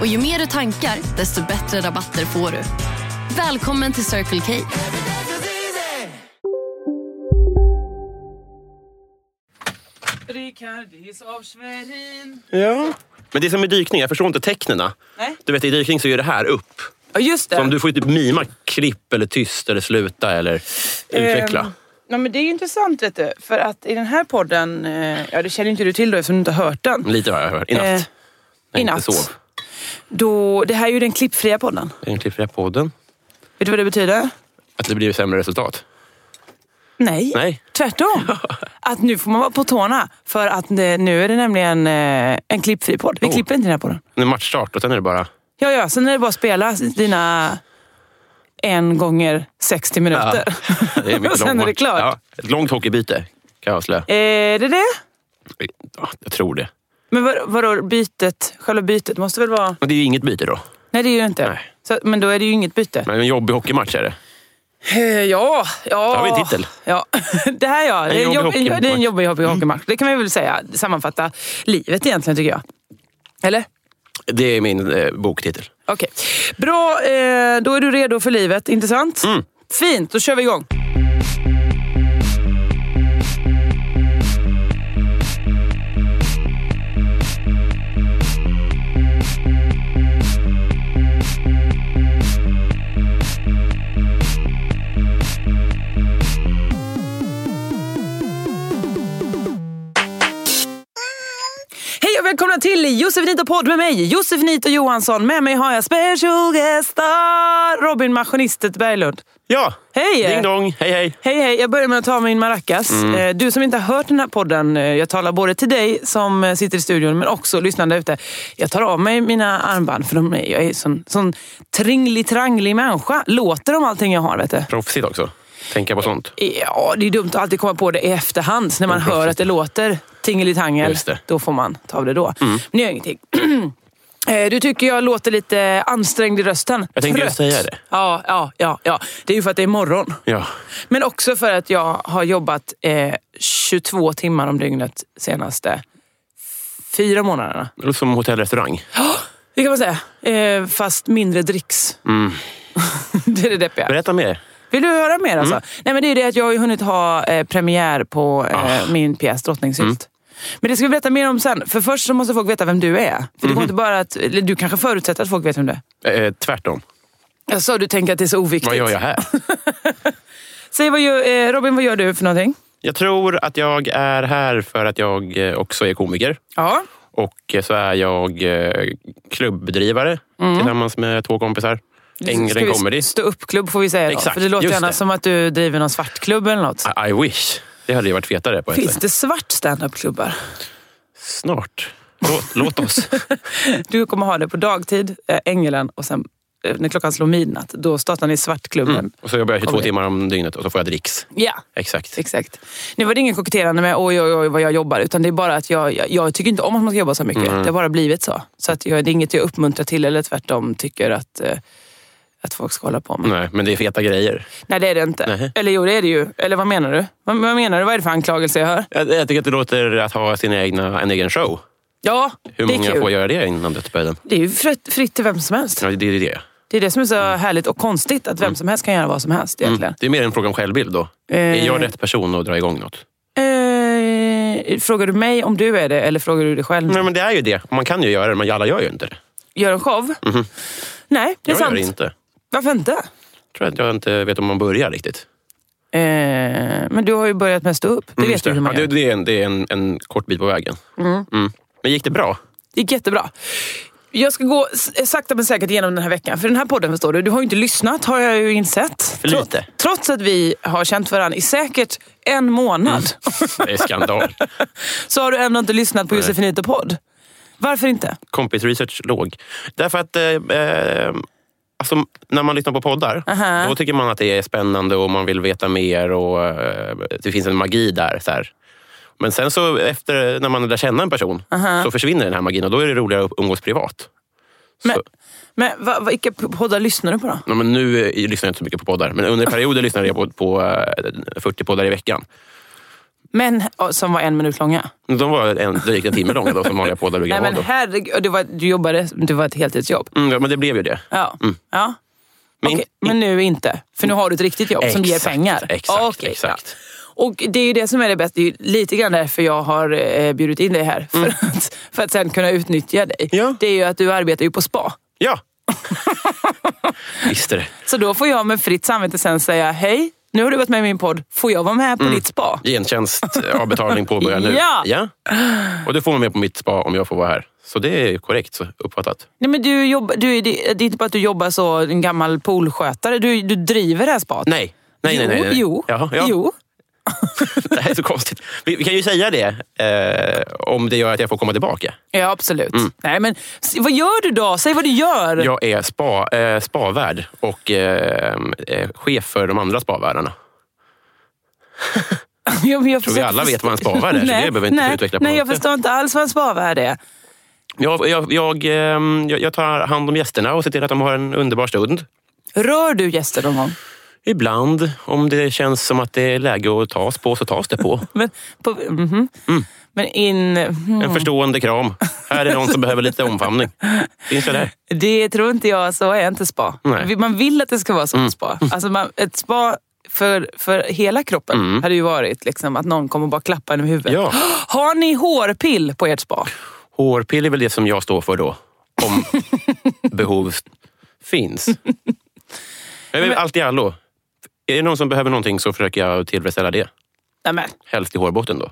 Och ju mer du tankar, desto bättre rabatter får du. Välkommen till Circle K. Rikardis av Schwerin. Ja. Men det är som med dykning, jag förstår inte tecknena. Nej. Du vet, i dykning så är det här upp. Ja, just det. Som du får ju typ mima klipp eller tyst eller sluta eller utveckla. Ehm, ja, men det är ju intressant, vet du. För att i den här podden... eh, Ja, det känner ju inte du till då eftersom du inte har hört den. Lite har jag hört. I natt. Eh, när jag i inte natt. sov. Då, det här är ju den klippfria podden. En klippfria podden. Vet du vad det betyder? Att det blir sämre resultat. Nej. Nej. Tvärtom. Att nu får man vara på tårna. För att eh, nu är det nämligen eh, en klippfri podd. Vi Oh. klipper inte den här podden. Nu är matchstart och sen är det bara... Ja, ja. Sen är det bara att spela dina en gånger 60 minuter. Det är mycket Och sen lång är det match. klart. Ja, ett långt hockeybyte kan jag avslöja. Är Eh, det det? Ja, jag tror det. Men vad, vadå, bytet? Själva bytet måste väl vara... Men det är ju inget byte då. Nej, det är ju det inte. Nej. Så, men då är det ju inget byte. Men en jobbig hockeymatch är det. Eh, Ja, ja. Då har vi en titel. Ja. Det här ja, det är en jobbig jobbig, det är en hockeymatch. jobbig hockey- hockeymatch. Det kan man väl säga, sammanfatta livet egentligen tycker jag. Eller? Det är min eh, boktitel. Okej. Bra, eh, då är du redo för livet. Intressant? Mm. Fint, då kör vi igång. Hej och välkomna till Josefinito podd med mig, Josefinito Johansson. Med mig har jag special guest star, Robin Maskinistet Berglund. Ja! Hej! Ding dong, hej hej! Hej hej, jag börjar med att ta min maracas. Mm. Eh, Du som inte har hört den här podden, eh, jag talar både till dig som eh, sitter i studion men också lyssnande ute. Jag tar av mig mina armband för de, är- jag är sån, sån tringlig-tranglig människa. Låter om allting jag har vet du. Proffsigt också. Tänka på sånt. Ja, det är dumt att alltid komma på det i efterhand. När man Mm, hör precis. att det låter tingelitangel, Just det. Mm. då får man ta av det då. Men det gör ingenting. Eh, Du tycker jag låter lite ansträngd i rösten. Jag tänkte just Trött. säga det. Ja, ja, ja, ja. Det är ju för att det är morgon. Ja. Men också för att jag har jobbat eh, 22 timmar om dygnet senaste fyra månaderna. Det låter som hotellrestaurang. Det kan man säga. Eh, fast mindre dricks. Mm. det är det deppiga. Berätta mer. Vill du höra mer? Mm. Alltså? Nej, men det är det att jag har ju hunnit ha eh, premiär på eh, Ah. min pjäs Drottningsylt. Mm. Men det ska vi berätta mer om sen. För först så måste folk veta vem du är. För det Mhm. går inte bara att, eller du kanske förutsätter att folk vet vem du är. Eh, tvärtom. Jag sa Alltså, du tänker att det är så oviktigt. Vad gör jag här? Säg vad gör, eh, Robin, vad gör du för någonting? Jag tror att jag är här för att jag eh, också är komiker. Ja, Och eh, så är jag eh, klubbdrivare tillsammans med två kompisar. Ska vi Änglen Comedy. Stå upp klubb får vi säga då. Exakt, För det låter just gärna det. som att du driver någon svartklubb eller något. I, I wish. Det hade ju varit fetare på ett Finns sätt. det svart standup-klubbar? Snart. Låt, låt oss. Du kommer ha det på dagtid, eh, Ängelen, och sen eh, när klockan slår midnatt, då startar ni svartklubben. Och så jobbar jag 22 Kommer. timmar om dygnet och så får jag dricks. Ja, Exakt. exakt. Nu var det ingen koketterande med oj, oj, oj vad jag jobbar, utan det är bara att jag, jag, jag tycker inte om att man ska jobba så mycket. Mm. Det har bara blivit så. Så att jag, det är inget jag uppmuntrar till eller tvärtom tycker att, eh, att folk ska hålla på med. Nej, men det är feta grejer. Nej, det är det inte. Nej. Eller jo, det är det ju. Eller vad menar du? Vad, vad menar du? Vad är det för anklagelse jag hör? Jag, jag tycker att det låter att ha sin egna, en egen show. Ja, Hur det är många kul. får göra det innan dödsbädden? Det är ju fritt, fritt till vem som helst. Ja, Mm. det är det. Det är det som är så härligt och konstigt, att vem som helst kan göra vad som helst egentligen. Mm. Det är mer en fråga om självbild då. Är jag rätt person att dra igång något? Eh, frågar du mig om du är det eller frågar du dig själv? Nej, men det är ju det. Man kan ju göra det, men alla gör ju inte det. Gör en show? Nej, det är Mm-hmm. Jag gör sant. det inte. Varför inte? Jag tror att jag inte vet om man börjar riktigt. Eh, men du har ju börjat med stå upp. Det Mm, vet just du hur man ja, det, gör. det är, en, det är en, en kort bit på vägen. Mm. Men gick det bra? Det gick jättebra. Jag ska gå s- sakta men säkert igenom den här veckan. För den här podden, förstår du, du har ju inte lyssnat har jag ju insett. För lite. Trots att vi har känt varandra i säkert en månad. Mm. Det är skandal. så har du ändå inte lyssnat på Nej. Josefinito podd. Varför inte? Kompis research låg. Därför att eh, eh, Alltså, när man lyssnar på poddar, Aha. då tycker man att det är spännande och man vill veta mer och eh, det finns en magi där. Så här. Men sen så efter, när man lär känna en person Aha. så försvinner den här magin och då är det roligare att umgås privat. Men- så, Men va, va, vilka poddar lyssnar du på då? ja, men nu eh, lyssnar jag inte så mycket på poddar, men under perioder lyssnade jag på, på eh, 40 poddar i veckan. Men ja, som var en minut långa? De var en, drygt en timme långa då, som vanliga poddar brukar Nej vara. men då. herregud, det var, du jobbade, det var ett heltidsjobb. Mm, ja, men det blev ju det. Ja. ja. Mm. Men Men, men nu inte, för nu har du ett riktigt jobb som ger Exakt, pengar. exakt, Okej, exakt. Ja. Och det är ju det som är det bästa, det är ju lite grann därför jag har eh, bjudit in dig här. För, att, för att sen kunna utnyttja dig. Mm. Ja. Det är ju att du arbetar ju på spa. Ja! Visst är det. Så då får jag med fritt samvete sen säga, hej, nu har du varit med i min podd, får jag vara med på Mm. ditt spa? Gentjänst, avbetalning påbörjar nu. Ja. Och du får vara med på mitt spa om jag får vara här. Så det är korrekt så uppfattat. Nej, men du jobbar, du, är- det, det är inte bara att du jobbar så, en gammal poolskötare, du, du driver det här spat? Nej. Nej, nej, nej, nej. Jo, Jaha, jo, ja. jo. Det här är så konstigt. Vi, vi kan ju säga det eh, om det gör att jag får komma tillbaka. Ja, absolut. Mm. Nej, men, s- vad gör du då? Säg vad du gör. Jag är spa, eh, spavärd och eh, eh, chef för de andra spavärdarna. Jag, men jag Tror vi försöker alla vet förstå- vad en spavärd är, så det behöver vi inte nej, utveckla på Nej, något jag sätt. förstår inte alls vad en spavärd är. Jag, jag, jag, ehm, jag, jag tar hand om gästerna och ser till att de har en underbar stund. Rör du gäster någon gång? Ibland, om det känns som att det är läge att tas på, så tas det på. Men, på, mhm. Mm. Men in, mhm. En förstående kram. Här är någon som behöver lite omfamning. Finns jag där? det tror inte jag, så är inte spa. Nej. Mm. Vi- Man vill att det ska vara som spa. Alltså man, ett spa för, för hela kroppen hade ju varit liksom, att någon kommer och bara klappa en i huvudet. Mm. Ja. Har ni hårpill på ert spa? Hårpill är väl det som jag står för då. Om behov finns. Jag är allt i allo. Är det någon som behöver någonting så försöker jag tillfredsställa det. Nej, men. Helst i hårbotten då.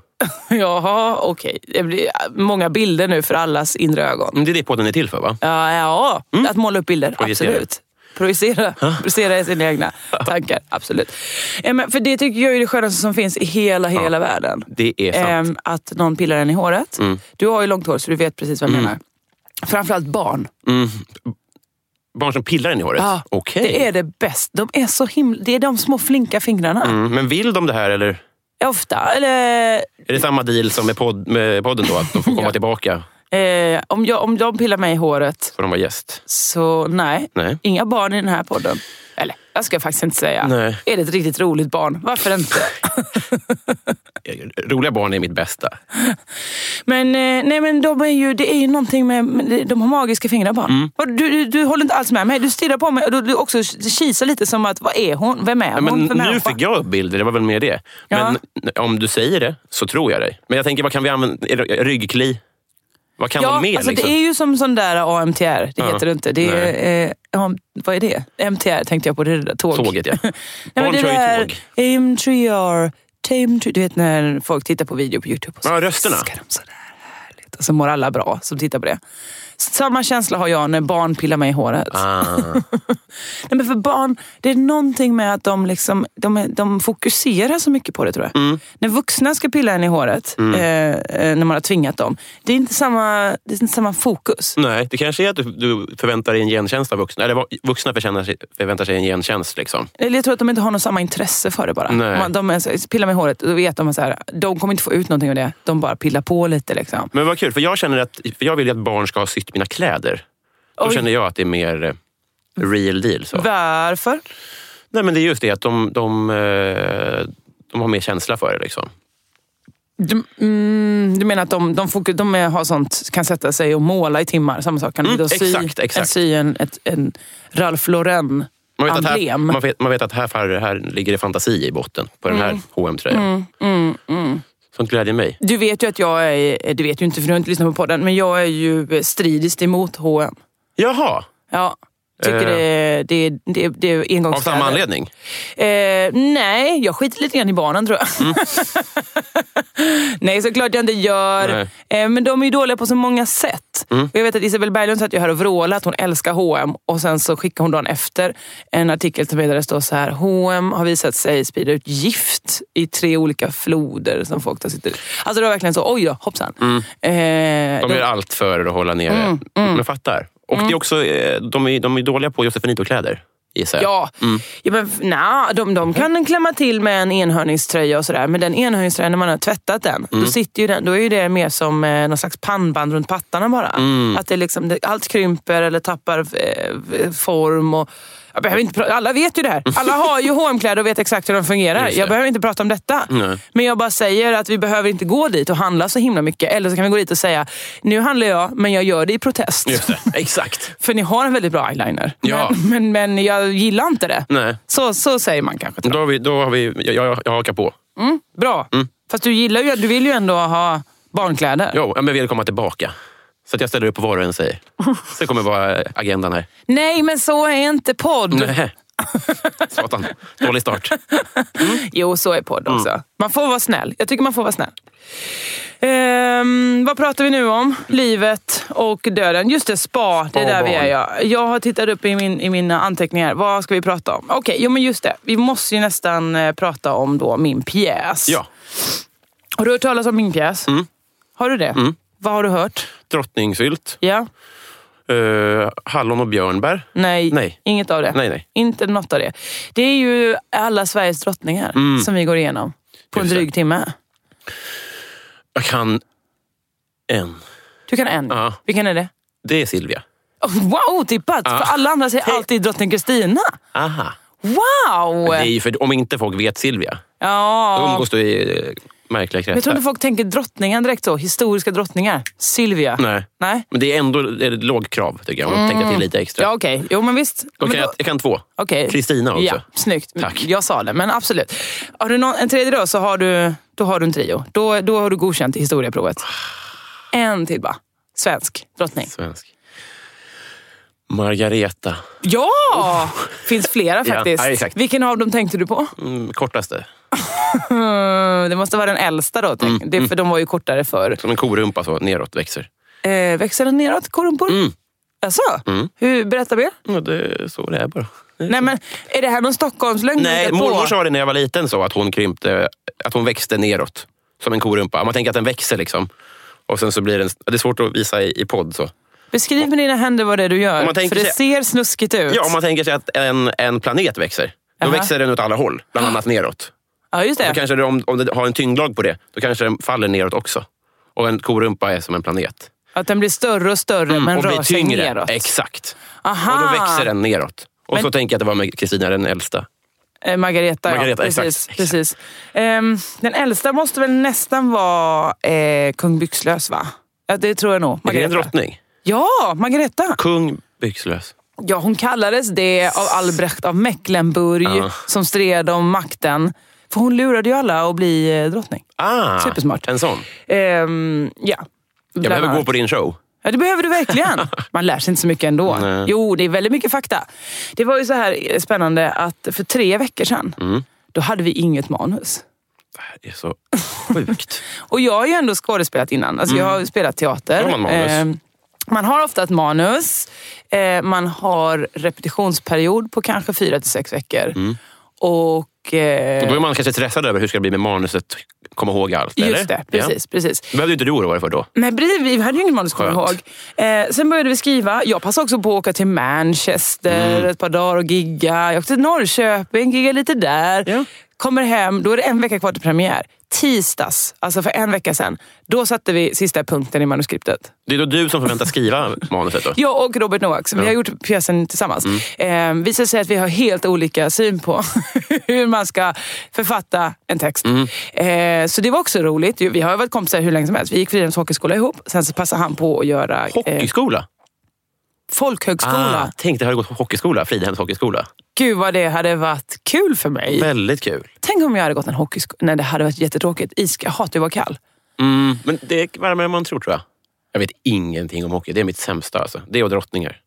Jaha, okej. Det blir många bilder nu för allas inre ögon. Men Mm, Det är det podden är till för va? Ja, ja att måla upp bilder. Projicera. Absolut. Projicera, projicera sina egna tankar. Absolut. Eh, Men för det tycker jag är det skönaste som finns i hela, hela världen. Det är sant. Ehm, Att någon pillar en i håret. Du har ju långt hår så du vet precis vad jag menar. Framförallt barn. Mm. Barn som pillar en i håret? Ehm. Ja, Okej. Det är det bäst. De är så himla... Det är de små flinka fingrarna. Mm, Men vill de det här eller? Ofta. Eller, Är det samma deal som med, podd, med podden då? Att de får komma tillbaka? eh, om, jag, om de pillar mig i håret Får de vara gäst? så nej. Nej. Inga barn i den här podden. Eller, jag ska faktiskt inte säga. Nej. Är det ett riktigt roligt barn? Varför inte? Roliga barn är mitt bästa. Men, eh, nej, men de är ju, det är ju någonting med... med- De har magiska fingrar bara. Mm. Och Du, du, du håller inte alls med mig. Du stirrar på mig och du, du också kisar lite som att, vad är hon? Vem är Ja, hon? men för nu människa? fick jag upp bilder, det var väl mer det. Men om du säger det så tror jag dig. Men jag tänker, vad kan vi använda? är det Ryggkli? Vad kan Ja, vara mer? alltså, liksom? Det är ju som sån där AMTR. Det Ja. heter det inte. Det är, eh, om- vad är det? MTR tänkte jag på. Det är det där tåg. Tåget, ja. Nej, men det Barn kör ju där tåg. MTR, tame to- Du vet när folk tittar på video på Youtube. Och så Ja, rösterna. viskar de sådär härligt. Och så mår alla bra som tittar på det. Samma känsla har jag när barn pillar mig i håret. Ah, Nej, men för barn, det är någonting med att de, liksom, de, är- de fokuserar så mycket på det tror jag. Mm. När vuxna ska pilla en i håret, eh, eh, när man har tvingat dem, det är inte samma, det är inte samma fokus. nej, det kanske är att du, du förväntar dig en gentjänst av vuxna. Eller vad- vuxna förtjänar sig, förväntar sig en gentjänst. Liksom. Eller jag tror att de inte har något samma intresse för det bara. Nej. Man, de är, så- pillar med håret, då vet de att så här, de kommer inte få ut någonting av det. De bara pillar på lite. Liksom. Men vad kul, för jag känner att för jag vill ju att barn ska ha sytt mina kläder. Då Oj. känner jag att det är mer eh, real deal. Så. Varför? Nej, men det är just det att de, de, eh, de har mer känsla för det. Liksom. Du, mm, du menar att de, de, fokus, de är, har sånt, kan sätta sig och måla i timmar? Samma sak. Kan Mm, du då sy, exakt, exakt. sy en, ett, en Ralph Lauren Man vet, att här, emblem? man, vet, man vet att här, här, här ligger det fantasi i botten på den Mm. här hm tröjan Sånt glädjer mig. Du vet ju att jag är, eh, du vet ju inte för du har inte lyssnat på podden, men jag är ju stridiskt emot H&M. Jaha, Ja. Tycker Eh. det, det, det, det är av engångskläder. samma anledning? Eh, nej, jag skiter lite grann i barnen tror jag. nej, såklart jag inte gör. Nej. Eh, men de är ju dåliga på så många sätt. Och jag vet att Isabel Berglund satt ju här och vrålade att hon älskar H&M och sen så skickade hon dagen efter en artikel till mig där det står så här. H&M har visat sig sprida ut gift i tre olika floder som folk tar sitt ut. Alltså det var verkligen så, oj då, hoppsan. Eh, Mm, De gör allt för att hålla nere... Men jag fattar. Och det är också, eh, de, är, de är dåliga på Josefinito-kläder, gissar jag. Ja, ja men na, de, de Mm. kan klämma till med en enhörningströja och sådär. Men den enhörningströjan, när man har tvättat den, Mm. då, sitter ju den då är ju det mer som eh, någon slags pannband runt pattarna bara. Mm. Att det liksom, det, allt krymper eller tappar eh, form. Och, jag behöver inte pra- alla vet ju det här. Alla har ju hm kläder och vet exakt hur de fungerar. Just det. Jag behöver inte prata om detta. Nej. Men jag bara säger att vi behöver inte gå dit och handla så himla mycket. Eller så kan vi gå dit och säga, nu handlar jag, men jag gör det i protest. Just det. Exakt. För ni har en väldigt bra eyeliner. Ja. Men, men, men jag gillar inte det. Nej. Så, så säger man kanske. Tror Då har vi, då har vi jag, jag, jag hakar på. jag. Mm, bra. Fast du, gillar ju, du vill ju ändå ha barnkläder. Jo, ja, men vi vill komma tillbaka. Så att jag ställer upp på vad du än säger. Så kommer vara eh, agendan här. Nej, men så är inte podd. Nej. Satan, dålig start. Jo, så är podd Mm. också. Man får vara snäll. Jag tycker man får vara snäll. Ehm, vad pratar vi nu om? Livet och döden. Just det, spa. Det är Spa där och vi är. barn. Ja. Jag har tittat upp i, min, i mina anteckningar. Vad ska vi prata om? Okej, jo, men just det. Vi måste ju nästan eh, prata om då min pjäs. Ja, Har du hört talas om min pjäs? Mm. Har du det? Vad har du hört? drottningsylt, Ja? eh, hallon och björnbär. Nej, Nej. inget av det. Nej, nej. Inte något av det. Det är ju alla Sveriges drottningar som vi går igenom på en Mm. Just dryg timme. Jag kan en. Du kan en. Ja. Vilken är det? Det är Silvia. Oh, Wow, otippat! För alla andra säger alltid drottning Kristina. Aha. Wow! Det är ju för, om inte folk vet Silvia, då Ja. umgås du i eh, märkliga kretsar. Jag tror inte folk tänker drottningar direkt så. Historiska drottningar. Silvia. Nej. Nej? Men det är ändå det är ett låg krav, tycker jag. Om man tänker till lite extra. Mm. Ja, okej. Jo, men visst. Då men kan jag, jag kan två. okej. Kristina också. Ja, snyggt. Tack. Jag sa det, men absolut. Har du någon, en tredje då, så har du, då har du en trio. Då, då har du godkänt i historieprovet. En till bara. Svensk drottning. Svensk. Margareta. Ja! finns flera Oh. Ja, faktiskt. ja, exakt. Vilken av dem tänkte du på? Mm, kortaste. Mm, det måste vara den äldsta då. Tänk. Mm, Det, för de var ju kortare förr. Som en korumpa så, neråt växer. Eh, växer den neråt, korrumpor? Mm. Jaså? Mm. Hur, berätta mer. Ja, det är så det är bara. Nej, men, är det här någon Stockholmslögn? du Nej, hittat på? mormor sa det när jag var liten, så, att hon krympte, att hon växte neråt. Som en korumpa. Man tänker att den växer liksom. Och sen så blir den, det är svårt att visa i, i podd. Så. Beskriv med dina händer vad det är du Om gör. man tänker För det sig- ser snuskigt ut. Ja, om man tänker sig att en, en planet växer. Då Aha. växer den åt alla håll, bland annat neråt. ja just det. Då kanske det, om, om det har en tyngdlag på det, då kanske den faller neråt också. Och en korumpa är som en planet. Att den blir större och större men Mm, och rör sig neråt. Exakt. Aha. Och då växer den neråt. Och Men- så tänker jag att det var med Kristina den äldsta. Eh, Margareta, Margareta, ja. exakt, Precis, exakt. precis. Ehm, den äldsta måste väl nästan vara eh, kung Byxlös va? Ja, det tror jag nog. Är det en Margareta. drottning? Ja, Margareta. Kung Byxlös. Ja, hon kallades det av Albrecht av Mecklenburg Ja. som stred om makten. För hon lurade ju alla att bli eh, drottning. Ah, Supersmart. En sån. Ehm, ja. Jag behöver gå på din show. Ja, det behöver du verkligen. Man lär sig inte så mycket ändå. Nej. Jo, det är väldigt mycket fakta. Det var ju så här eh, spännande att för tre veckor sedan, Mm. då hade vi inget manus. Det är så sjukt. Och jag har ju ändå skådespelat innan. Alltså, Jag har spelat teater. Mm. Då har man manus. Eh, man har ofta ett manus. Eh, man har repetitionsperiod på kanske fyra till sex veckor. Och... Mm. Och Eh, då är man kanske stressad över hur ska det bli med manuset, komma ihåg allt. eller? just det, Ja. precis. precis. Det behövde inte du oroa dig för då. Nej, precis, vi hade ju ingen manus kommer jag ihåg. Skönt. Eh, sen började vi skriva. Jag passade också på att åka till Manchester Mm. ett par dagar och gigga. Jag åkte till Norrköping, giggade lite där. Ja. Kommer hem, då är det en vecka kvar till premiär. Tisdags, alltså för en vecka sedan, då satte vi sista punkten i manuskriptet. Det är då du som förväntas skriva manuset. Då. Jag och Robert Noack, som vi har gjort pjäsen tillsammans, eh, visar sig att vi har helt olika syn på hur man ska författa en text. Eh, så det var också roligt. Vi har ju varit kompisar hur länge som helst. Vi gick Fridhems hockeyskola ihop, sen så passade han på att göra eh, Hockeyskola? folkhögskola. Ah, tänk, det har gått hockeyskola. Fridhems hockeyskola. Gud vad det hade varit kul för mig. Väldigt kul. Tänk om jag hade gått en hockeyskola. Nej, det hade varit jättetråkigt. Is- Jag hatar ju att vara kall. Mm, men det är varmare än man tror, tror jag. Jag vet ingenting om hockey. Det är mitt sämsta. Alltså. Det och drottningar.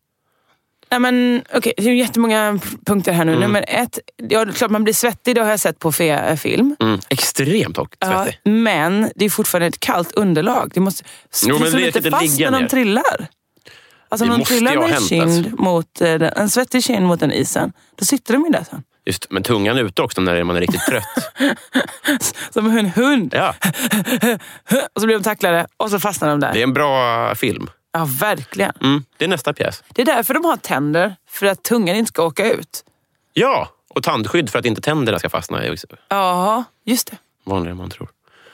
Nej, men, okay, det är ju jättemånga p- punkter här nu. Nummer ett, ja, det är klart man blir svettig, det har jag sett på fe- film. Mm. Extremt hockey. Ja, svettig. men det är fortfarande ett kallt underlag. Det måste Jo, men det det inte kan inte fast ligga när de ner. trillar. Alltså Det om de måste trillar ju ha med hänt, alltså. kind mot, eh, den- en svettig kind mot den isen, då sitter de ju där sen. Just, men tungan ute också när man är riktigt trött. Som en hund. ja, Och så blir de tacklade och så fastnar de där. det är en bra film. Ja, verkligen. Mm. Det är nästa pjäs. Det är därför de har tänder, för att tungan inte ska åka ut. Ja, och tandskydd för att inte tänderna ska fastna. är också Ja, just det. Vanligare än man tror.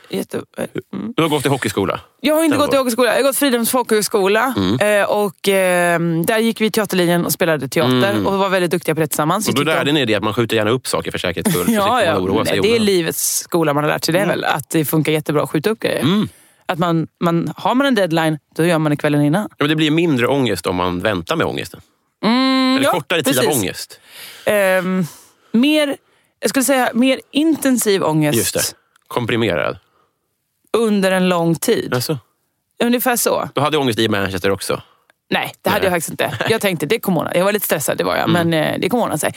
Jätte... eh, Mm. Du har gått i hockeyskola. Jag har inte Den gått i var- Mm. folkhögskola. Jag har gått Fridhems folkhögskola. Eh, och, eh, där gick vi i teaterlinjen och spelade teater och var väldigt duktiga på det tillsammans. Mm. Och Vi då tyckte om- lärde ni er att man skjuter gärna upp saker för säkerhets skull. så Ja, slipper ja. man oroa sig Nej, i Mm. det är onödan. livets skola man har lärt sig det väl. Att det funkar jättebra att skjuta upp grejer. Mm. Att man, man, har man en deadline, då gör man det kvällen innan. Ja, men det blir mindre ångest om man väntar med ångesten. Eller Mm, ja, kortare tid av precis. ångest. Ehm, mer, jag skulle säga mer intensiv ångest Just det. Komprimerad. under en lång tid. Alltså, Ungefär så. du hade ångest i Manchester också. Nej, det hade Nej. Mm. jag faktiskt inte. Jag tänkte det kommer ordna Jag var lite stressad, det var jag. Men eh, det kommer ordna sig.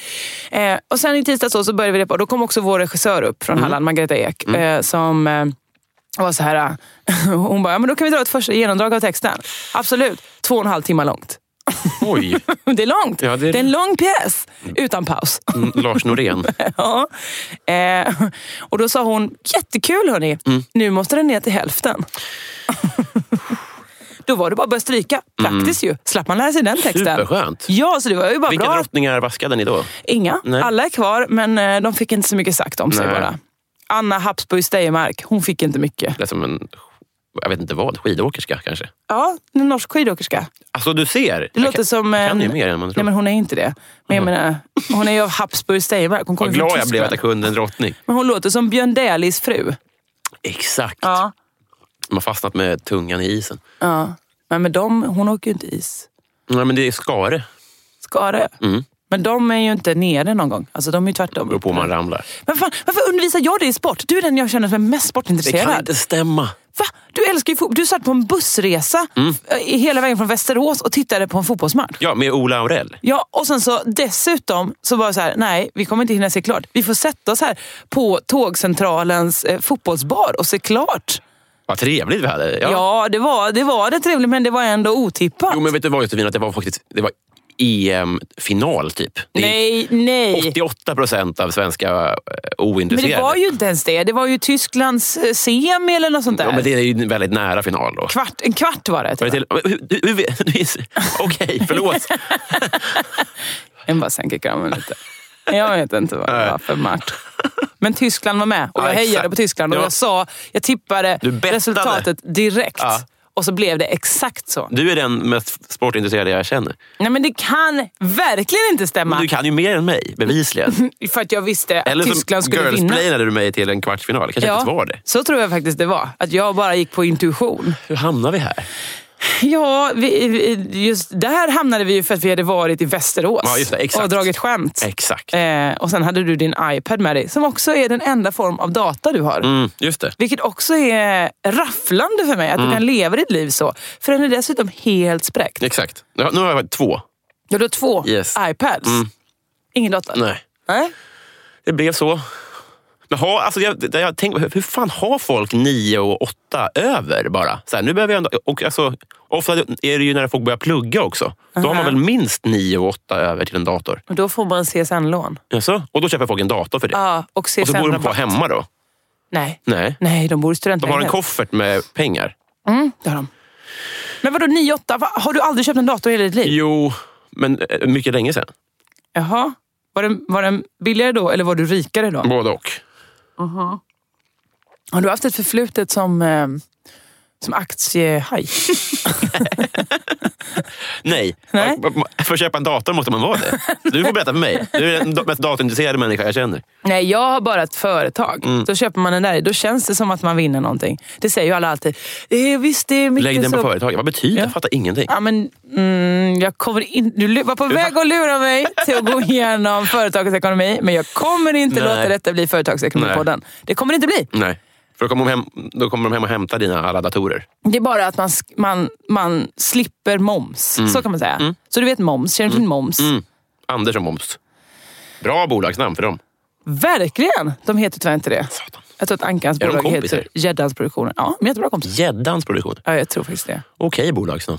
Eh, och sen i tisdags så, så började vi repa. Och Då kom också vår regissör upp Mm. från Halland, Margareta Ek. Eh, som eh, var så här... eh, hon bara, ja, men då kan vi dra ett första genomdrag av texten. Absolut. Två och en halv timme långt. Oj! Det är långt. Ja, det det... är- är en lång pjäs. Utan paus. Mm, Lars Norén. ja. eh, och då sa hon, jättekul hörni. Mm. Nu måste den ner till hälften. Då var det bara att börja stryka. Praktiskt Mm. ju. slapp man lära sig den texten. Superskönt. Ja, så det var ju bara Vilka bra. drottningar vaskade ni då? Inga. Nej. Alla är kvar, men eh, de fick inte så mycket sagt om sig Nej. bara. Anna Habsburg Steiermark, hon fick inte mycket. Lät som en, jag vet inte vad, skidåkerska kanske? Ja, en norsk skidåkerska. Alltså du ser! Det låter jag kan, som... jag kan en- ju mer än man tror. Nej, Mm. men hon är inte det. Men jag menar, hon är ju av Habsburg Steiermark. Hon Vad kommer glad från jag blev att jag Tyskland. kunde en drottning. Men hon låter som Björn Dählis fru. Exakt. Ja. De har fastnat med tungan i isen. ja. Men med dem, hon åker ju inte is. Nej, men det är Skare. Skare. Men de är ju inte nere någon gång. Alltså de är ju tvärtom. Mm. Beror på om man ramlar. Men fan, varför undervisar jag dig i sport? Du är den jag känner som är mest Det kan sportintresserad. inte stämma. Va? Du älskar ju fotboll. Du satt på en bussresa Mm. eh, hela vägen från Västerås och tittade på en fotbollsmatch. Ja, med Ola Aurell. Ja, och sen så dessutom så var det så här, nej, vi kommer inte hinna se klart. Vi får sätta oss här på tågcentralens eh, fotbollsbar och se klart. Vad trevligt vi hade. Ja, det, var, det var det trevligt, men det var ändå otippat. Jo, men vet du vad Josefin? Att det var faktiskt det var EM-final typ. Det är Nej, nej. 88 procent av svenska eh, Men ointresserade. det var ju inte ens det. Det var ju Tysklands eh, semi eller något sånt där. Ja, men det är ju en väldigt nära final då. kvart, en kvart var det. typ. Var det Till. till- men hur- hur- hur vet- du är- Okej, förlåt. En bara sänker kramen lite. Jag vet inte vad det var för match. Men Tyskland var med och jag Ja, hejade exakt. på Tyskland och Ja. jag sa, jag tippade Du bettade. resultatet direkt. Ja. Och så blev det exakt så. Du är den mest sportintresserade jag känner. Nej men det kan verkligen inte stämma. Men du kan ju mer än mig, bevisligen. För att jag visste att Eller Tyskland så skulle vinna. girlsplainade du mig till en kvartsfinal. kanske inte var det. så tror jag faktiskt det var. Att jag bara gick på intuition. Hur hamnar vi här? Ja, vi, vi- just där hamnade vi ju för att vi hade varit i Västerås Ja, just det, exakt. och dragit skämt. Exakt. Eh, och sen hade du din iPad med dig, som också är den enda form av data du har. Mm, just det. Vilket också är rafflande för mig, att Mm. du kan leva ditt liv så. För den är dessutom helt spräckt. Exakt. Ja, Nu har jag varit två. Ja, du har två Yes. Mm. iPads. Ingen data? Nej, Nej. det blev så. Men ha, alltså jag, det- jag tänk, hur fan har folk nio och åtta över bara? Så här, nu behöver jag ändå, och alltså, ofta är det ju när folk börjar plugga också. Då har man väl minst nio och åtta över till en dator. Och då får man CSN-lån. Jaså? Och då köper folk en dator för det. Ja, och CSN och så bor de kvar hemma då? Nej. Nej. Nej, de bor i De har en studentlägenhet. koffert med pengar. Det har de. Men vadå 9-8? Va? Har du aldrig köpt en dator i hela ditt liv? Jo, men eh, mycket länge sedan. Jaha. Var den, var den billigare då eller var du rikare då? Både och. Har du haft ett förflutet som, eh, som aktiehaj? Nej. Nej. För att köpa en dator måste man vara det. Du får berätta för mig. Du är den da- mest datorintresserade människa jag känner. Nej, jag har bara ett företag. Mm. Då köper man den där. Då känns det som att man vinner någonting. Det säger ju alla alltid. Eh, visst, det är mycket Lägg den på så... företaget. Vad betyder det? Jag fattar ingenting. Ja, men, mm, jag kommer in... Du lu- var på väg att lura mig till att gå igenom företagets ekonomi, men jag kommer inte Nej. låta detta bli Företagsekonomipodden. Det kommer det inte bli. Nej. För då kommer, de hem, då kommer de hem och hämtar dina alla datorer. Det är bara att man, sk- man, man slipper moms. Mm. Så kan man säga. Så du vet moms. Känner du till moms? Anders och Moms. Bra bolagsnamn för dem. Verkligen! De heter tyvärr inte det. Satan. Jag tror att Ankans Är de bolag kompisar? heter Gäddans Produktioner. Ja, men jättebra kompisar. Gäddans produktion. Ja, jag tror faktiskt det. Okej bolagsnamn.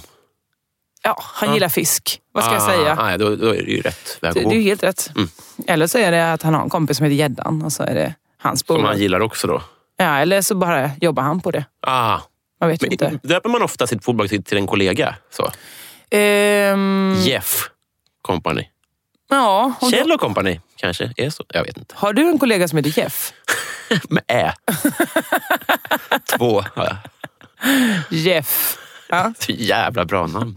Ja, han gillar fisk. Vad ska jag Ah, säga? Nej, då, då är det ju rätt väg Du, att du är gå. helt rätt. Mm. Eller så är det att han har en kompis som heter Gäddan och så är det hans Som bolag. han gillar också då. Ja, eller så bara jobbar han på det. Ah, Man vet ju inte. Men, döper man ofta sitt bolag till, till en kollega? Så. Ehm, Jeff Company. ja, och då, Kjell och Company kanske är så. Jag vet inte. har du en kollega som heter Jeff? Med Ä. Två har jag. Jeff. Ja. Så jävla bra namn.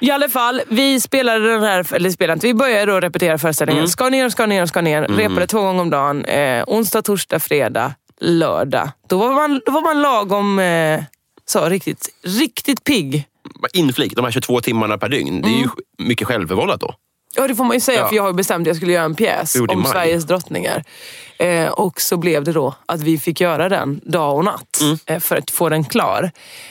I alla fall, vi spelade den här, eller spelade inte, vi började då repetera föreställningen. Mm. Ska ner, ska ner, ska ner. Repade två gånger om dagen. Eh, onsdag, torsdag, fredag, lördag. Då var man, då var man lagom eh, så, riktigt, riktigt pigg. Inflik, de här 22 timmarna per dygn. Det är ju mycket självförvållat då. Ja, det får man ju säga, Ja. för jag har ju bestämt att jag skulle göra en pjäs Du gjorde i om maj. Sveriges drottningar. Eh, och så blev det då att vi fick göra den dag och natt Mm. eh, för att få den klar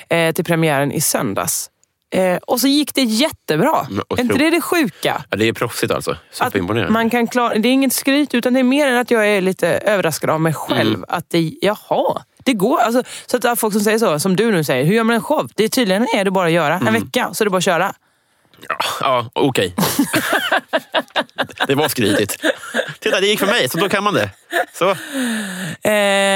eh, till premiären i söndags. Eh, och så gick det jättebra. Men är inte otro- det det sjuka? Ja, det är proffsigt alltså. Superimponerande. Att man kan klara, det är inget skryt, utan det är mer än att jag är lite överraskad av mig Mm. själv. Att det, jaha, det går. Alltså, så att det är folk som säger så, som du nu säger, hur gör man en show? Det är tydligen är det bara att göra. En Mm. vecka, så är det bara att köra. Ja, okej. det var skrytigt. Titta, det gick för mig, så då kan man det. Så. Eh,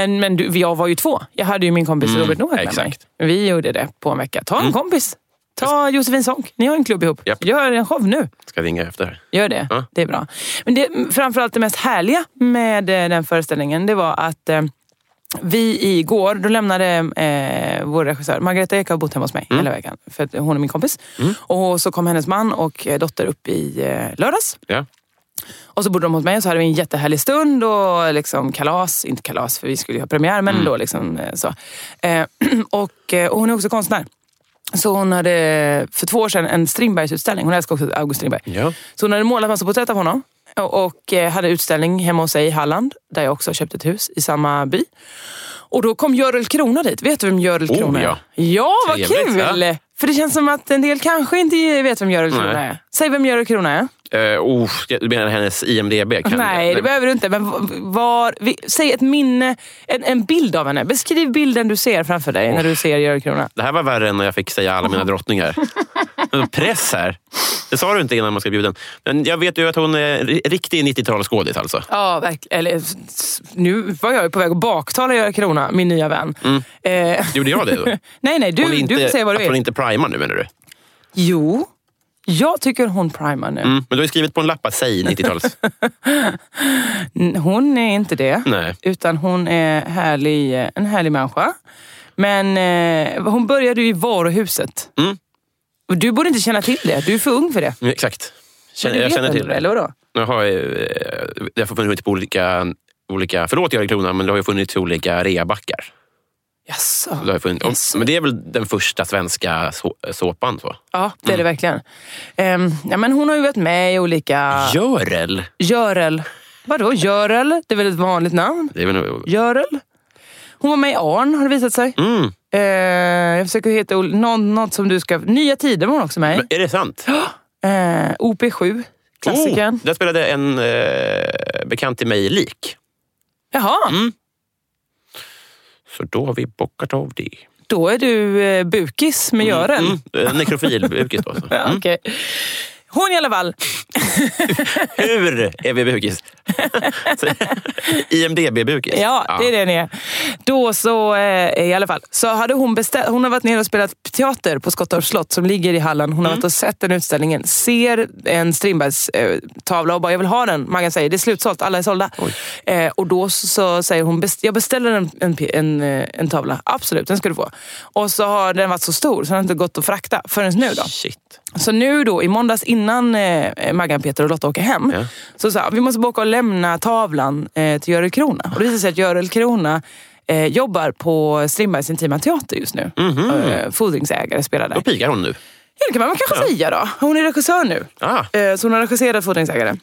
men du, jag var ju två. Jag hade ju min kompis Robert Noah med Mm, exakt. mig. Mm. Vi gjorde det på en vecka. Ta en kompis. Ta Josefin Sonck. Ni har en klubb ihop. Japp. Gör en show nu. Ska ringa efter här. Gör det. Ja. Det är bra. Men det, framförallt det mest härliga med eh, den föreställningen, det var att eh, vi igår, då lämnade eh, vår regissör, Margareta Ek har bott hemma hos mig Mm. hela veckan, för att hon är min kompis. Och så kom hennes man och eh, dotter upp i eh, lördags. Ja. Och så bodde de hos mig och så hade vi en jättehärlig stund och liksom kalas, inte kalas för vi skulle ju ha premiär, Mm. men då liksom eh, så. Eh, och, eh, och hon är också konstnär. Så hon hade för två år sedan en Strindbergsutställning. Hon älskar också August Strindberg. Ja. Så hon hade målat massa porträtt av honom och, och eh, hade utställning hemma hos sig i Halland där jag också köpte ett hus i samma by. Och då kom Görel Krona dit. Vet du vem Görel Oh, Krona är? ja. ja, vad Trevligt, kul! För det känns som att en del kanske inte vet vem Görel Krona Nej. är. Säg vem Görel Krona är. Eh, oh, du menar hennes IMDB? Kan Nej, det behöver du inte. Men var, vi, säg ett minne, en, en bild av henne. Beskriv bilden du ser framför dig när du ser Görel Krona. Det här var värre än när jag fick säga alla mina drottningar. Men Press här. Det sa du inte innan man ska bjuda en. Men jag vet ju att hon är en ri- riktig 90-talsskådis alltså. Ja, verk, eller, s- s- nu var jag ju på väg att baktala Görel Krona, min nya vän. Eh, Gjorde jag det då? nej, nej, Hon du, är du får säga vad du att hon vill. inte primar nu menar du? Jo, jag tycker hon primar nu. Mm, men du har ju skrivit på en lapp att säg 90-tals. N- Hon är inte det. Nej. Utan hon är härlig, en härlig människa. Men eh, hon började ju i varuhuset. Mm. Och Du borde inte känna till det. Du är för ung för det. Mm, Exakt. Men Känner, du jag vet känner till ändå, det. Eller vadå? Jag har, eh, det har funnits på olika, olika... Förlåt Göran Krona, men det har ju funnits olika reabackar. Jaså? Det har ju funnits, Jaså. Men det är väl den första svenska så, såpan? Så. Ja, det är Mm. det verkligen. Ehm, ja, men hon har ju varit med i olika... Görel? Görel. Vadå Görel? Det är väl ett vanligt namn? Det är väl, nog- Görel. Hon var med i Arn har det visat sig. mm. Ehm, jag försöker hitta ol- någon, något som du ska... Nya Tider var hon också med i. men är det sant? Ehm, OP7, klassikern. Oh, där spelade en eh, bekant till mig lik. Jaha, Mm. Så då har vi bockat av det. då är du eh, bukis med Görel. Mm, eh, Nekrofilbukis då. alltså. Mm. Okej. Hon i alla fall. Hur är vi bukis? IMDB-bukis. Ja, det är det ni är. Då så, eh, i alla fall, så hade hon beställt, hon har varit nere och spelat teater på Skottorps slott som ligger i Halland. Hon har varit och sett den utställningen, ser en Strindbergs eh, tavla och bara, jag vill ha den. Maggan säger, det är slutsålt, alla är sålda. Eh, och då så, så säger hon, "Best- jag beställer en, en, pi- en, eh, en tavla, absolut, den ska du få. Och så har den varit så stor så den har inte gått att frakta förrän nu då. Shit. Så nu då, i måndags innan eh, Maggan, Peter och Lotta åker hem, Ja. så sa jag, vi måste boka och lämna tavlan eh, till Görel Krona. Och det visar sig att Görel Krona eh, jobbar på Strindbergs Intima Teater just nu. Eh, fordringsägare spelar där. Då pikar hon nu. Ja, det kan man väl kanske säga då. Hon är regissör nu. Ah. Eh, så hon har regisserat Fordringsägare.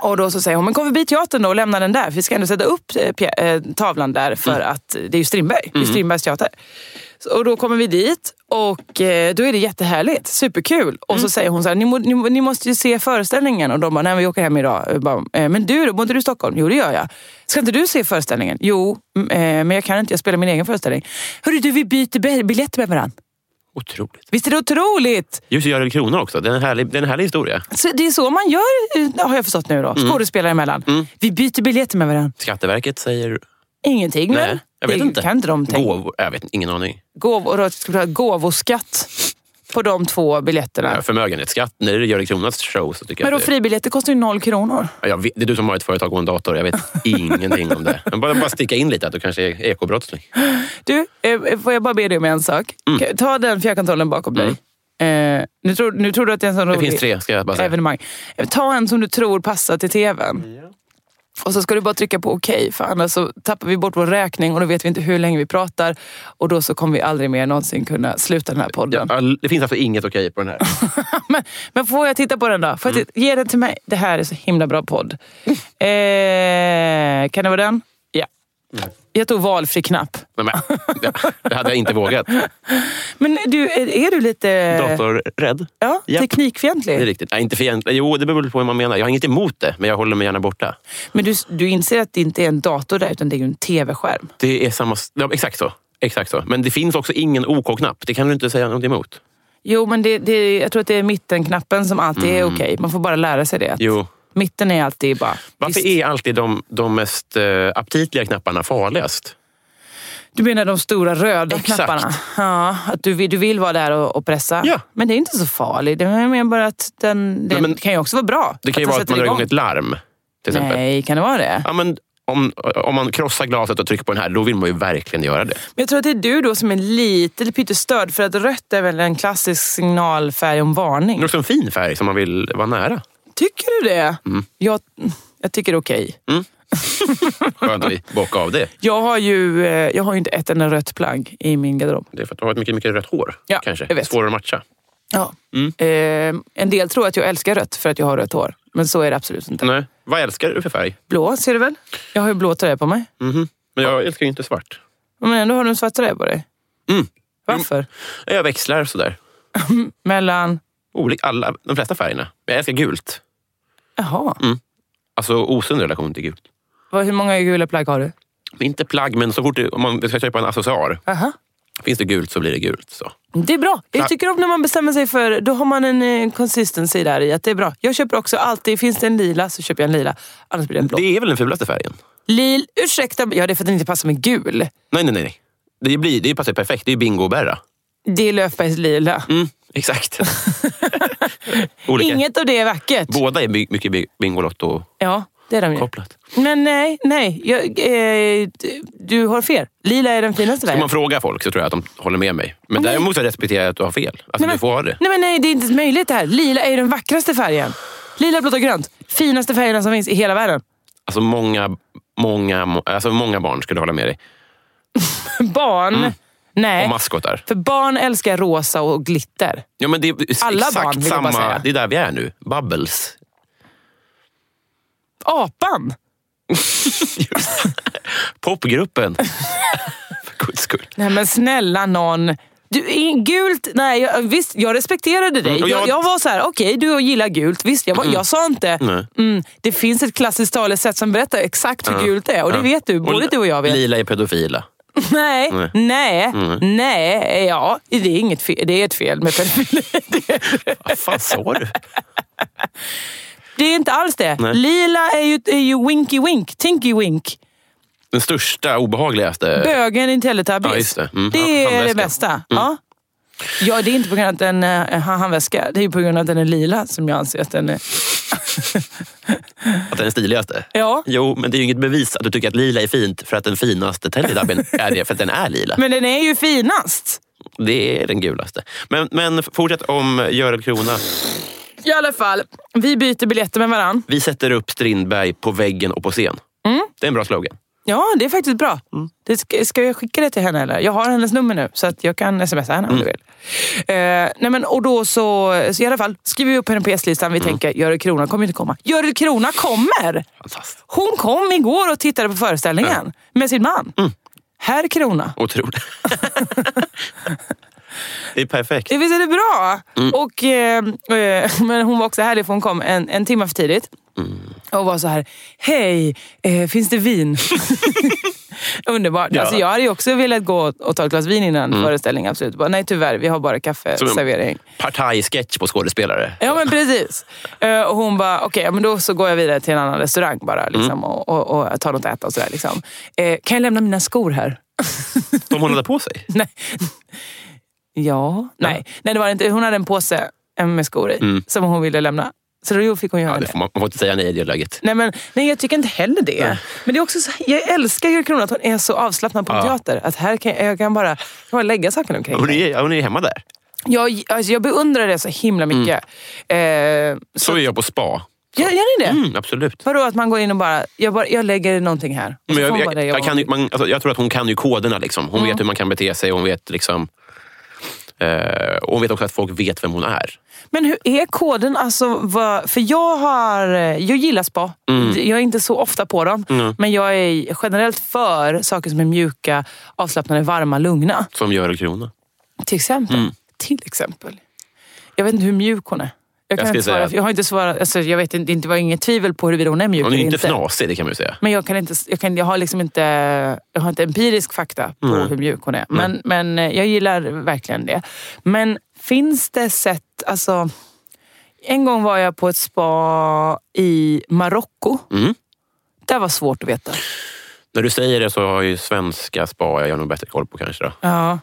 Och då så säger hon, men kom förbi teatern då och lämna den där. För vi ska ändå sätta upp eh, pjä- eh, tavlan där för att eh, det är ju Strindberg. Det är ju Strindbergs teater. Så, och då kommer vi dit och eh, då är det jättehärligt. Superkul. Och så säger hon så här, ni, må, ni, må- ni måste ju se föreställningen. Och de bara, nej vi åker hem idag. Jag Bara, eh, men du då, bor inte du i Stockholm? Jo det gör jag. Ska inte du se föreställningen? Jo, mm, eh, men jag kan inte, jag spelar min egen föreställning. Hörru du, vi byter bi- biljetter med varandra. Otroligt. Visst är det otroligt? Just Görel Krona också. Det är en härlig, det är en härlig historia. Så det är så man Mm. gör, eh, har jag förstått nu då, skådespelare emellan. Vi byter biljetter med varandra. Skatteverket säger Ingenting väl? jag vet det inte. kan inte de tänka. Gåvor? Jag vet ingen aning. Gåvor, att vi skulle ha gåvoskatt på de två biljetterna. Ja, förmögenhetsskatt. När det gör det Kronas show så tycker Men då jag att det, fribiljetter kostar ju noll kronor. Ja, jag vet, det är du som har ett företag och en dator. Jag vet ingenting om det. Men bara, bara sticka in lite att du kanske är ekobrottsling. Du, eh, får jag bara be dig om en sak? Mm. Kan- Ta den fjärrkontrollen bakom dig. Eh, nu, tror, nu tror du att det är en sån Det rolig finns tre, ska jag bara säga. evenemang. Eh, Ta en som du tror passar till tvn. Och så ska du bara trycka på okej, för annars så tappar vi bort vår räkning och då vet vi inte hur länge vi pratar. Och då så kommer vi aldrig mer någonsin kunna sluta den här podden. Ja, all- det finns alltså inget okej på den här. Men, men får jag titta på den då? Får Mm. jag titta, ge den till mig. Det här är så himla bra podd. Eh, kan det vara den? Ja. Jag tog valfri knapp. Men, men, ja, det hade jag inte vågat. Men du, är, är du lite Datorrädd? ja, Japp. teknikfientlig? Det är riktigt. Nej, inte fientlig. Jo, det beror väl på hur man menar. Jag har inget emot det, men jag håller mig gärna borta. Men du, du inser att det inte är en dator där, utan det är ju en tv-skärm. Det är samma... s- Ja, exakt så. Exakt så. Men det finns också ingen OK-knapp. Det kan du inte säga något emot. Jo, men det, det, jag tror att det är mittenknappen som alltid är okej. Man får bara lära sig det. att Mm. Jo. Mitten är alltid bara... Varför visst. är alltid de, de mest eh, aptitliga knapparna farligast? Du menar de stora röda Exakt. knapparna? Ja, att du, vill- du vill vara där och, och pressa. Ja. Men det är inte så farligt. Det är mer bara att den, den Nej, men- kan ju också vara bra. Det kan ju den vara att sätter man drar igång igång. ett larm. Till exempel. Nej, kan det vara det? Ja, men om, om man krossar glaset och trycker på den här, då vill man ju verkligen göra det. Men jag tror att det är du då som är lite pyttestörd för att rött är väl en klassisk signalfärg om varning. Det är också en fin färg som man vill vara nära. Tycker du det? Mm. Jag, jag tycker det är okej. Skönt att vi bockar av det. Jag har ju eh, jag har ju inte ett enda rött plagg i min garderob. Det är för att du har ett mycket, mycket rött hår. Ja, kanske. jag vet. Svårare att matcha. Ja. Mm. Eh, en del tror att jag älskar rött för att jag har rött hår. Men så är det absolut inte. Nej. Vad älskar du för färg? Blå ser du väl? Jag har ju blå tröja på mig. Mhm. Men jag älskar ju inte svart. Men ändå har du en svart tröja på dig. Mm. Varför? Jag växlar sådär. Mellan... Olika, alla, de flesta färgerna. Men Jag älskar gult. Jaha. Alltså osund relation till gult. Vad- Hur många gula plagg har du? Men Inte plagg, men så fort det, om man ska köpa en accessoar. Aha. Finns det gult så blir det gult. Så. Det är bra. Jag Pla- tycker om när man bestämmer sig för... Då har man en eh, consistency där i att det är bra. Jag köper också alltid... Finns det en lila så köper jag en lila. Annars blir det en blå. Det är väl den fulaste färgen? Lil... Ursäkta. Ja, det är för att den inte passar med gul. Nej, nej, nej, nej. Det, blir, det passar ju perfekt. Det är ju bingo och berra. Det är Löfbergs lila. Mm, exakt. Olika. Inget av det är vackert. Båda är by- mycket bi- Bingolotto-kopplat. ja, det är de ju. Men nej, nej. Jag, eh, d- du har fel. Lila är den finaste Om färgen. man frågar folk så tror jag att de håller med mig. Men däremot så respekterar jag att du har fel. Alltså, men- du får ha det. Nej, men nej, det är inte möjligt det här. Lila är ju den vackraste färgen. Lila, blått och grönt. Finaste färgerna som finns i hela världen. Alltså, många, många, må- alltså, många barn skulle hålla med dig. Barn? Mm. Nej. Och maskotar. För barn älskar rosa och glitter. Ja, men det är s- Alla exakt barn, vill jag bara samma. säga. Det är där vi är nu. Bubbles. Apan? Popgruppen. För guds skull. Nej, men snälla någon. Du, i- gult? Nej, jag, visst, jag respekterade dig. Mm, och jag... Jag, jag- var så här, okej, du gillar gult. Visst, jag, var, jag sa inte. Nej. Mm, det finns ett klassiskt talesätt som berättar exakt hur gult det är. Och det Ja. vet du. Både du och jag vet. Lila är pedofila. Nej, nej, Nej. nej, ja, det är inget fel. Det är ett fel med pedofili. Vad fan sa du? Det är inte alls det. Nej. Lila är ju, är ju Winky Wink, Tinky Wink. Den största, obehagligaste... Bögen i Teletubbies. Ja, just det. Mm, det han- är det handväska. bästa. Mm. Ja. ja, det är inte på grund av att den eh, har handväska. Det är på grund av att den är lila som jag anser att den är. att den är den stiligaste. Ja, Jo, men det är ju inget bevis att du tycker att lila är fint för att den finaste Teletubben är det, för att den är lila. men den är ju finast. Det är den gulaste. Men, men fortsätt om Görel Krona. I alla fall, vi byter biljetter med varann. Vi sätter upp Strindberg på väggen och på scen. Mm. Det är en bra slogan. Ja, det är faktiskt bra. Det ska, ska jag skicka det till henne? eller? Jag har hennes nummer nu, så att jag kan smsa henne om du vill. Eh, nej men, och då så, så i alla fall skriver vi upp henne på gästlistan. Vi tänker, Görel Krona kommer inte komma. Görel Krona kommer! Fantastiskt. Hon kom igår och tittade på föreställningen med sin man. Herr Krona. Otroligt. det är perfekt. Det visst är det bra? Och, eh, eh, men hon var också härlig för hon kom en, en timme Mm. för tidigt. Och var så här, hej, eh, finns det vin? Underbart. Ja. Mm. Alltså, jag hade ju också velat gå och ta ett glas vin innan föreställningen. Absolut. Bara, nej tyvärr, vi har bara kaffeservering. Partajsketch på skådespelare. Ja men precis. Eh, Och hon bara, okej ja, men då så går jag vidare till en annan restaurang bara Mm. liksom, och, och, och tar något att äta och sådär. Liksom. Eh, kan jag lämna mina skor här? Om hon hade på sig. nej. Ja, nej. nej det var det inte. Hon hade en påse eh, med skor i som hon ville lämna. Så då fick hon göra Mm. Ja, det det. får man, man får inte säga nej i det läget. Nej, men, nej, jag tycker inte heller det. Men det är också så, jag älskar Julia Kronlund, att hon är så avslappnad på en Ja. teater. Att här kan jag, jag kan bara, jag kan bara lägga saker omkring Hon mig. är, hon är hemma där. Jag, alltså, jag beundrar det så himla Mm. mycket. Eh, Så är jag på spa. gör, gör ni det? Mm, absolut. Vadå att man går in och bara, jag, bara, jag lägger någonting här. Och så Men får jag, man bara jag, det jag, och- kan, ju- man, alltså, jag tror att hon kan ju koderna. Liksom. Hon vet hur man kan bete sig. Hon vet liksom... Eh, och hon vet också att folk vet vem hon är. Men hur är koden? Alltså, vad, för jag, har, eh, jag gillar spa. Mm. Jag är inte så ofta på dem. Men jag är generellt för saker som är mjuka, avslappnade, varma, lugna. Som gör krona. Till exempel. Mm. Till exempel. Jag vet inte hur mjuk hon är. Jag, kan skulle inte svara, säga att- jag har inte svarat. Alltså, jag vet inte, det var inget tvivel på huruvida hon är mjuk Hon är eller ju inte. inte fnasig, det kan man ju säga. Men jag, kan inte, jag, kan, jag har liksom inte, jag har inte empirisk fakta på hur mjuk hon är. Men, men eh, jag gillar verkligen det. Men finns det sätt, alltså... En gång var jag på ett spa i Marocko. Mm. Det var svårt att veta. När du säger det så har ju svenska spa jag nog bättre koll på kanske. Då. Ja.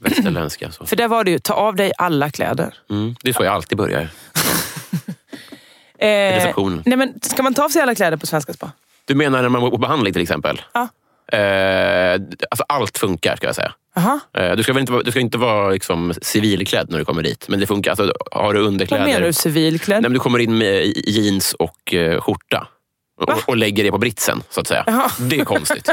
Västerländska. Så. För där var det ju, ta av dig alla kläder. Mm. Det är så jag alltid börjar. Eh, receptionen. nej men, ska man ta av sig alla kläder på svenska spa? Du menar när man går på behandling till exempel? Ja. Eh, alltså allt funkar ska jag säga. Aha. Eh, Du ska, väl inte, vara- du ska inte vara liksom civilklädd när du kommer dit, men det funkar. Alltså, har du Vad underkläder... menar du? Civilklädd? Nej, men du kommer in med jeans och eh, skjorta och, och lägger det på britsen, så att säga. Jaha. Det är konstigt.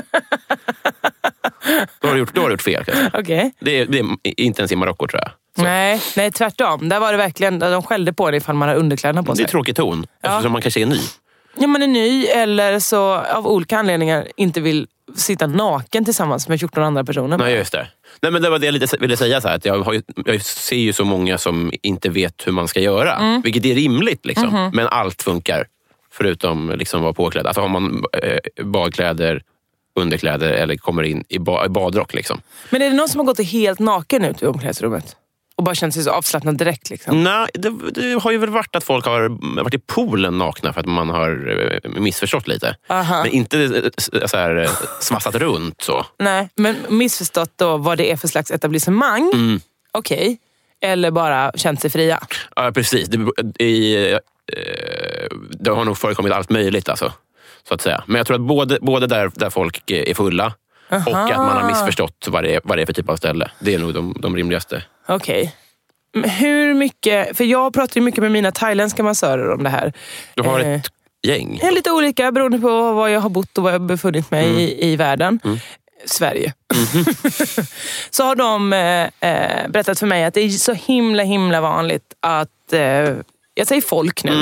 då, har du gjort, då har du gjort fel. kan jag säga. Okej. Det är, det är inte ens i Marocko, tror jag. Så. Nej, nej, tvärtom. Där var det verkligen, de skällde på det ifall man har underkläderna på Det är sig. tråkig ton, eftersom man kanske är ny. Ja, man är ny eller så av olika anledningar inte vill sitta naken tillsammans med 14 andra personer. Nej, just det. Nej, men det var det jag lite ville säga. Så här, att jag, har ju, jag ser ju så många som inte vet hur man ska göra, Mm. vilket är rimligt. Liksom. Mhm. Men allt funkar, förutom liksom vara påklädd. Alltså, har man eh, badkläder, underkläder eller kommer in i, ba, i badrock. Liksom. Men är det någon som har gått helt naken ut ur omklädningsrummet? Och bara känt sig så avslappnad direkt? Liksom? Nej, det, det har ju väl varit att folk har varit i poolen nakna för att man har eh, missförstått lite. Aha. Men inte eh, s- så här, eh, svassat runt så. Nej, men missförstått då vad det är för slags etablissemang? Mm. Okej. Eller bara känt sig fria? Ja, precis. Det, i, eh, det har nog förekommit allt möjligt. Alltså, så att säga. Men jag tror att både, både där, där folk är fulla och att man har missförstått vad det, är, vad det är för typ av ställe. Det är nog de, de rimligaste. Okej. Men Hur mycket... För jag pratar ju mycket med mina thailändska massörer om det här. Du har Eh. ett gäng. Det är lite olika beroende på var jag har bott och var jag har befunnit mig i, i världen. Sverige. så har de eh, eh, berättat för mig att det är så himla himla vanligt att, eh, jag säger folk Mm.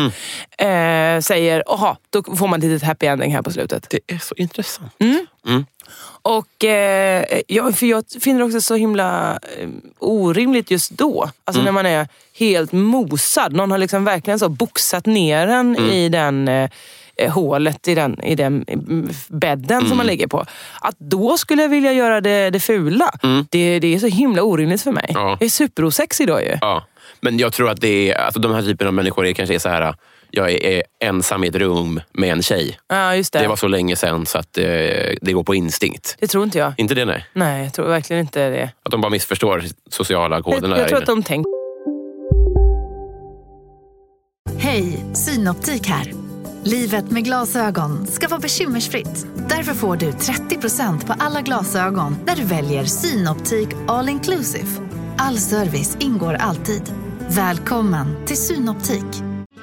nu, eh, säger aha, då får man ett litet happy ending här på slutet. Mm. Det är så intressant. Mm. Och eh, jag, för jag finner det också så himla eh, orimligt just då. Alltså Mm. när man är helt mosad. Någon har liksom verkligen så boxat ner en Mm. i den eh, hålet, i den, i den mm, bädden som man ligger på. Att då skulle jag vilja göra det, det fula. Det, det är så himla orimligt för mig. Mm. Ja. Jag är superosexig då ju. Ja. Men jag tror att det är, alltså, de här typen av människor är kanske är så här, jag är, är ensam i ett rum med en tjej. Ja, just det. Det Det, var så länge sedan så att eh, det går på instinkt. tror inte jag. Inte det nej? Nej, jag tror verkligen inte det. Att de bara missförstår sociala Jag, koderna jag där tror inne. att de tänker Hej, Synoptik här. Livet med glasögon ska vara bekymmersfritt. Därför får du 30% på alla glasögon när du väljer Synoptik All Inclusive. All service ingår alltid. Välkommen till Synoptik.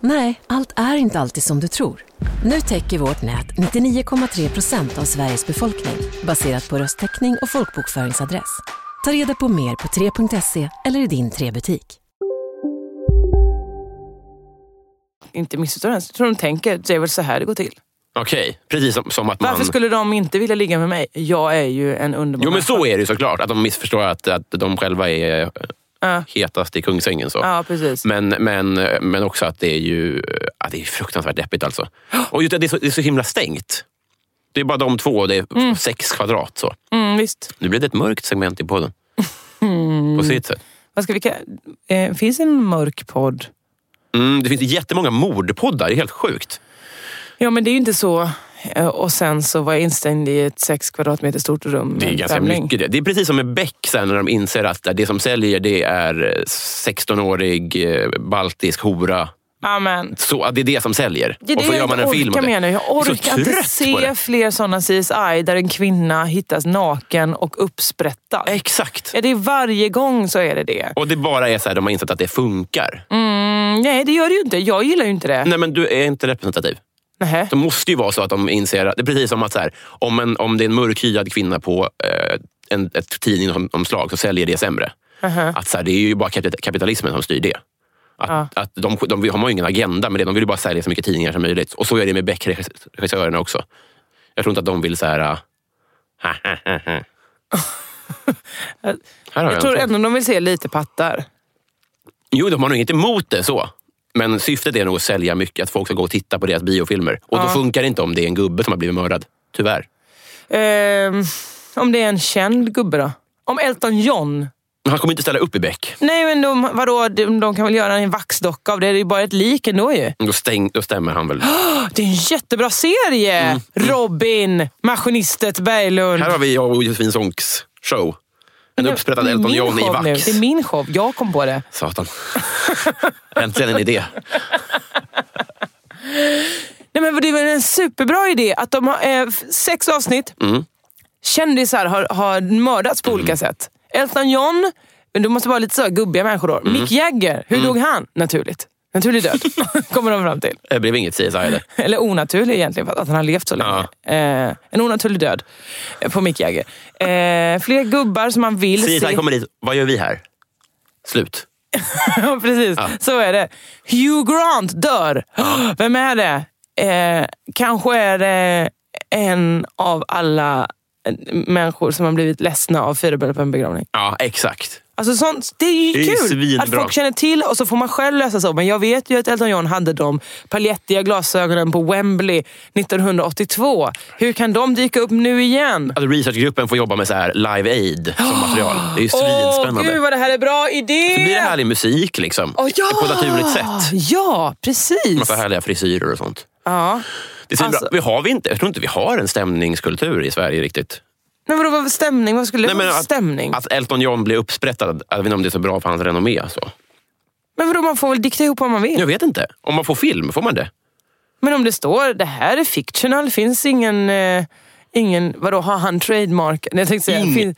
Nej, allt är inte alltid som du tror. Nu täcker vårt nät 99,3 procent av Sveriges befolkning baserat på röstteckning och folkbokföringsadress. Ta reda på mer på 3.se eller i din 3-butik. Inte missförstå den. Jag tror de tänker, det är väl så här det går till. Okej, precis som, som att man... Varför skulle de inte vilja ligga med mig? Jag är ju en underbar Jo men människa. så är det ju såklart. Att de missförstår att, att de själva är eh, Ja. hetast i Kungsängen. Så. Ja, precis. Men, men, men också att det är ju att det är fruktansvärt deppigt. Alltså. Och just, att det, är så, det är så himla stängt. Det är bara de två och det är sex kvadrat. Så. Mm, visst. Nu blev det ett mörkt segment i podden. På sitt sätt. Vad ska vi... ka- Eh, finns det en mörk podd? Mm, det finns jättemånga mordpoddar. Det är helt sjukt. Ja, men det är ju inte så. Eh, Och sen så var jag instängd i ett sex kvadratmeter stort rum. med Det är en ganska främling. mycket det. Det är precis som med Beck sen när de inser att det som säljer det är 16-årig eh, baltisk hora. Ja, men. Så, att det är det som säljer. Det är det och så jag gör man inte en film orkar om det. med nu. Jag är så orkar inte trött på se det. fler sådana CSI där en kvinna hittas naken och uppsprättad. Exakt. Ja, det är varje gång så är det det. Och det bara är så här, de har insett att det funkar. Mm, nej, det gör det ju inte. Jag gillar ju inte det. Nej, men du är inte representativ. Nähä. Det måste ju vara så att de inser... Att, det är precis som att så här, om, en, om det är en mörkhyad kvinna på eh, en, ett tidningsomslag så säljer det sämre. Nähä. Att så här, det är ju bara kapit- kapitalismen som styr det. Att, att de, de, de har ju ingen agenda med det. De vill ju bara sälja så mycket tidningar som möjligt. Och så är det med Beck-regissörerna också. Jag tror inte att de vill så här... äh, ah. här har jag, Jag tror en. ändå de vill se lite pattar. Jo, de har nog inget emot det så. Men syftet är nog att sälja mycket, att folk ska gå och titta på deras biofilmer. Och då funkar det inte om det är en gubbe som har blivit mördad. Tyvärr. Ehm, om det är en känd gubbe då? Om Elton John? Men han kommer inte ställa upp i Beck. Nej, men de, vadå? De, de kan väl göra en vaxdocka av det? Det är ju bara ett lik ändå ju. Ah, Då, stäng, då stämmer han väl. Det är en jättebra serie! Robin, Maskinistet Berglund. Mm. Här har vi jag och Josefin Sonks show. En uppsprättad Det är Elton min John i show nu. vax. Det är min show. Jag kom på det. Satan. Äntligen en idé. Nej, men det är väl en superbra idé att de har eh, f- sex avsnitt. Mm. Kändisar har, har mördats på olika sätt. Elton John, men det måste vara lite så här gubbiga människor då. Mick Mm. Jagger, hur dog han? Naturligt. Naturlig död, kommer de fram till. Det blev inget CSI där. Eller onaturlig egentligen, för att han har levt så länge. Eh, en onaturlig död eh, på Mick Jagger. Eh, fler gubbar som man vill se. CSI kommer dit. Vad gör vi här? Slut. Ja, precis. Så är det. Hugh Grant dör. Vem är det? Eh, kanske är det en av alla eh, människor som har blivit ledsna av fyrböler på en begravning. Ja, exakt. Alltså sånt, det är ju Det är ju kul att svinbra. folk känner till och så får man själv lösa så. Men jag vet ju att Elton John hade de paljettiga glasögonen på Wembley 1982. Hur kan de dyka upp nu igen? Alltså researchgruppen får jobba med så här Live Aid som material. Det är ju Åh, svinspännande. gud vad det här är bra idé! Det blir det härlig musik liksom. Åh, ja! På ett naturligt sätt. Ja, precis. Massa härliga frisyrer och sånt. Ja. Det är så Alltså- bra. vi har vi inte, jag tror inte vi har en stämningskultur i Sverige riktigt. Men vadå, vad för stämning? Vad skulle det vara men för att, stämning? att Elton John blir uppsprättad, jag vet inte om det är så bra för hans renommé. Så. Men vadå, man får väl dikta ihop vad man vill? Jag vet inte. Om man får film, får man det? Men om det står det här är fictional, finns ingen... Eh, ingen vadå, har han trademark? Nej, Jag tänkte säga, Ingen. fin,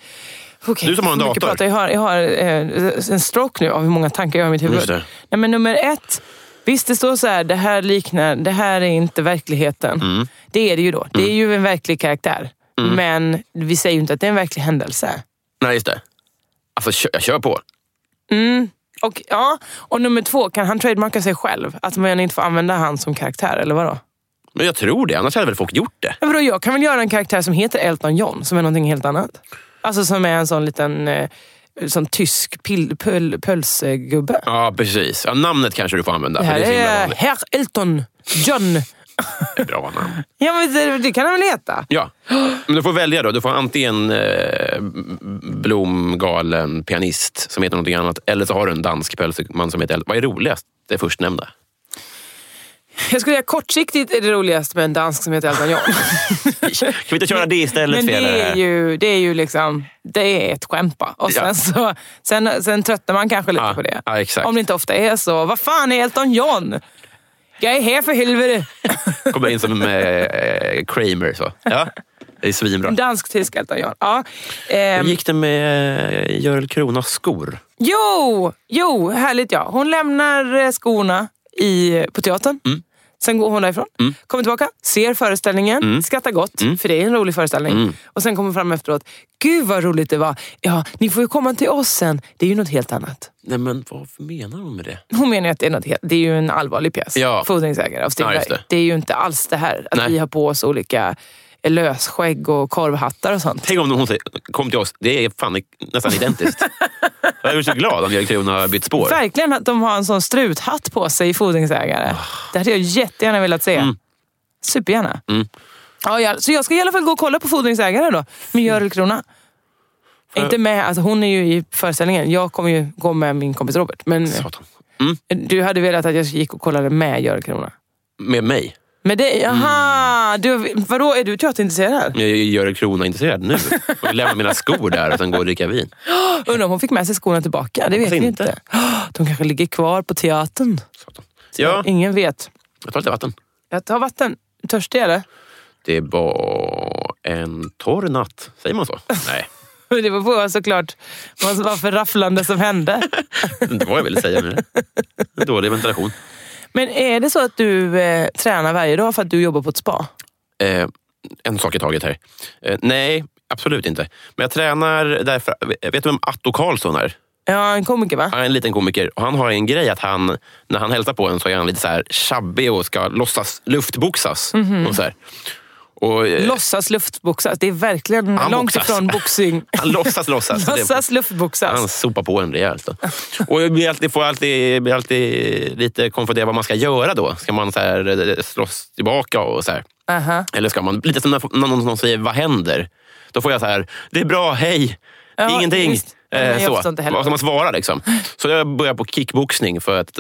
Okej, Du som har en för mycket dator. Prata. Jag har, jag har eh, en stroke nu av hur många tankar jag har i mitt Just huvud. det. Nej, men nummer ett. Visst, det står så här, det här liknar, det här är inte verkligheten. Mm. Det är det ju då. Det är ju en verklig karaktär. Men vi säger ju inte att det är en verklig händelse. Nej, just det. Alltså, kö, jag kör på. Mm. Och, ja, och nummer två, kan han trademarka sig själv? Att man inte får använda han som karaktär, eller vadå? Men jag tror det, annars hade väl folk gjort det? Men vadå, jag kan väl göra en karaktär som heter Elton John, som är någonting helt annat? Alltså som är en sån liten eh, sån tysk pil, pöl, pölsegubbe. Ja, precis. Ja, namnet kanske du får använda. Det för här det är så himla är vanligt. herr Elton John. bra namn. Ja, men det, det kan han väl heta? Ja, men du får välja då. Du får antingen eh, blomgalen pianist som heter någonting annat eller så har du en dansk pölseman som heter Elton. Vad är roligast? Det förstnämnda. Jag skulle säga kortsiktigt är det roligast med en dansk som heter Elton John. Kan vi inte köra det istället? Men för era- det är ju, det är ju liksom, det är ett skämt bara. Och sen, Ja. så, sen, sen tröttnar man kanske lite Ja, på det. ja, exakt. Om det inte ofta är så. Vad fan är Elton John? Jag är här för helvete. Kommer in som eh, Kramer. Så. Ja, det är svinbra. Dansk-tysk Elton John. Ja. Ehm, Hur gick det med eh, Görel Kronas skor? Mm. jo, jo, härligt ja. Hon lämnar eh, skorna i, på teatern. Sen går hon därifrån, kommer tillbaka, ser föreställningen, Mm. skrattar gott, för det är en rolig föreställning. Och sen kommer hon fram efteråt. Gud vad roligt det var. Ja, ni får ju komma till oss sen. Det är ju något helt annat. Nej, men vad menar hon med det? Hon menar ju att det är, något helt, det är ju en allvarlig pjäs. Ja. Fordringsägare av Strindberg. Ja, just det. det. är ju inte alls det här att Nej. vi har på oss olika lösskägg och korvhattar och sånt. Tänk om hon säger, kom till oss, det är fan nästan identiskt. jag är så glad om direktören har bytt spår. Verkligen att de har en sån struthatt på sig i Fordringsägare. Ah. Det hade jag jättegärna velat se. Mm. Supergärna. Ja, ja, så jag ska i alla fall gå och kolla på Fordringsägare då, med Görel Krona. Inte med, alltså hon är ju i föreställningen. Jag kommer ju gå med min kompis Robert. Men Satan. du hade velat att jag gick och kollade med Görel Krona. Med mig? Med dig? Mm. Jaha! Du, vadå, är du teaterintresserad? Jag gör en krona intresserad nu. Och lämnar mina skor där och sen går och dricker vin. Undrar om hon fick med sig skorna tillbaka? Det vet Hoppas vi inte. inte. De kanske ligger kvar på teatern. Satan. Ja, Ingen vet. jag tar lite vatten. Jag tar vatten. Törstig eller? Det var en torr natt. Säger man så? Nej, Det var på såklart vad som var för rafflande som hände. det var inte vad jag ville säga med det. Dålig ventilation. Men är det så att du eh, tränar varje dag för att du jobbar på ett spa? Eh, en sak i taget här. Eh, nej, absolut inte. Men jag tränar därför... Vet du vem Atto Karlsson är? Ja, en komiker va? Han är en liten komiker och han har en grej att han, när han hälsar på en så är han lite så här tjabbig och ska låtsas luftboxas. Och så här. Och, eh, Låtsas luftboxas. Det är verkligen Han långt boxas. ifrån boxing. han låtsas låtsas. Det- Låtsas luftboxas. Han sopar på en rejält. Då. Och jag blir alltid, får alltid, blir alltid lite konfunderad vad man ska göra då. Ska man så här, eh, slåss tillbaka och så här? Aha. Eller ska man, lite som när när någon, någon säger vad händer? Då får jag så här, det är bra, hej, Ja, ingenting. Eh, visst. Nej, men jag så. förstår inte heller. Vad ska man svara liksom? Så jag börjar på kickboxning för att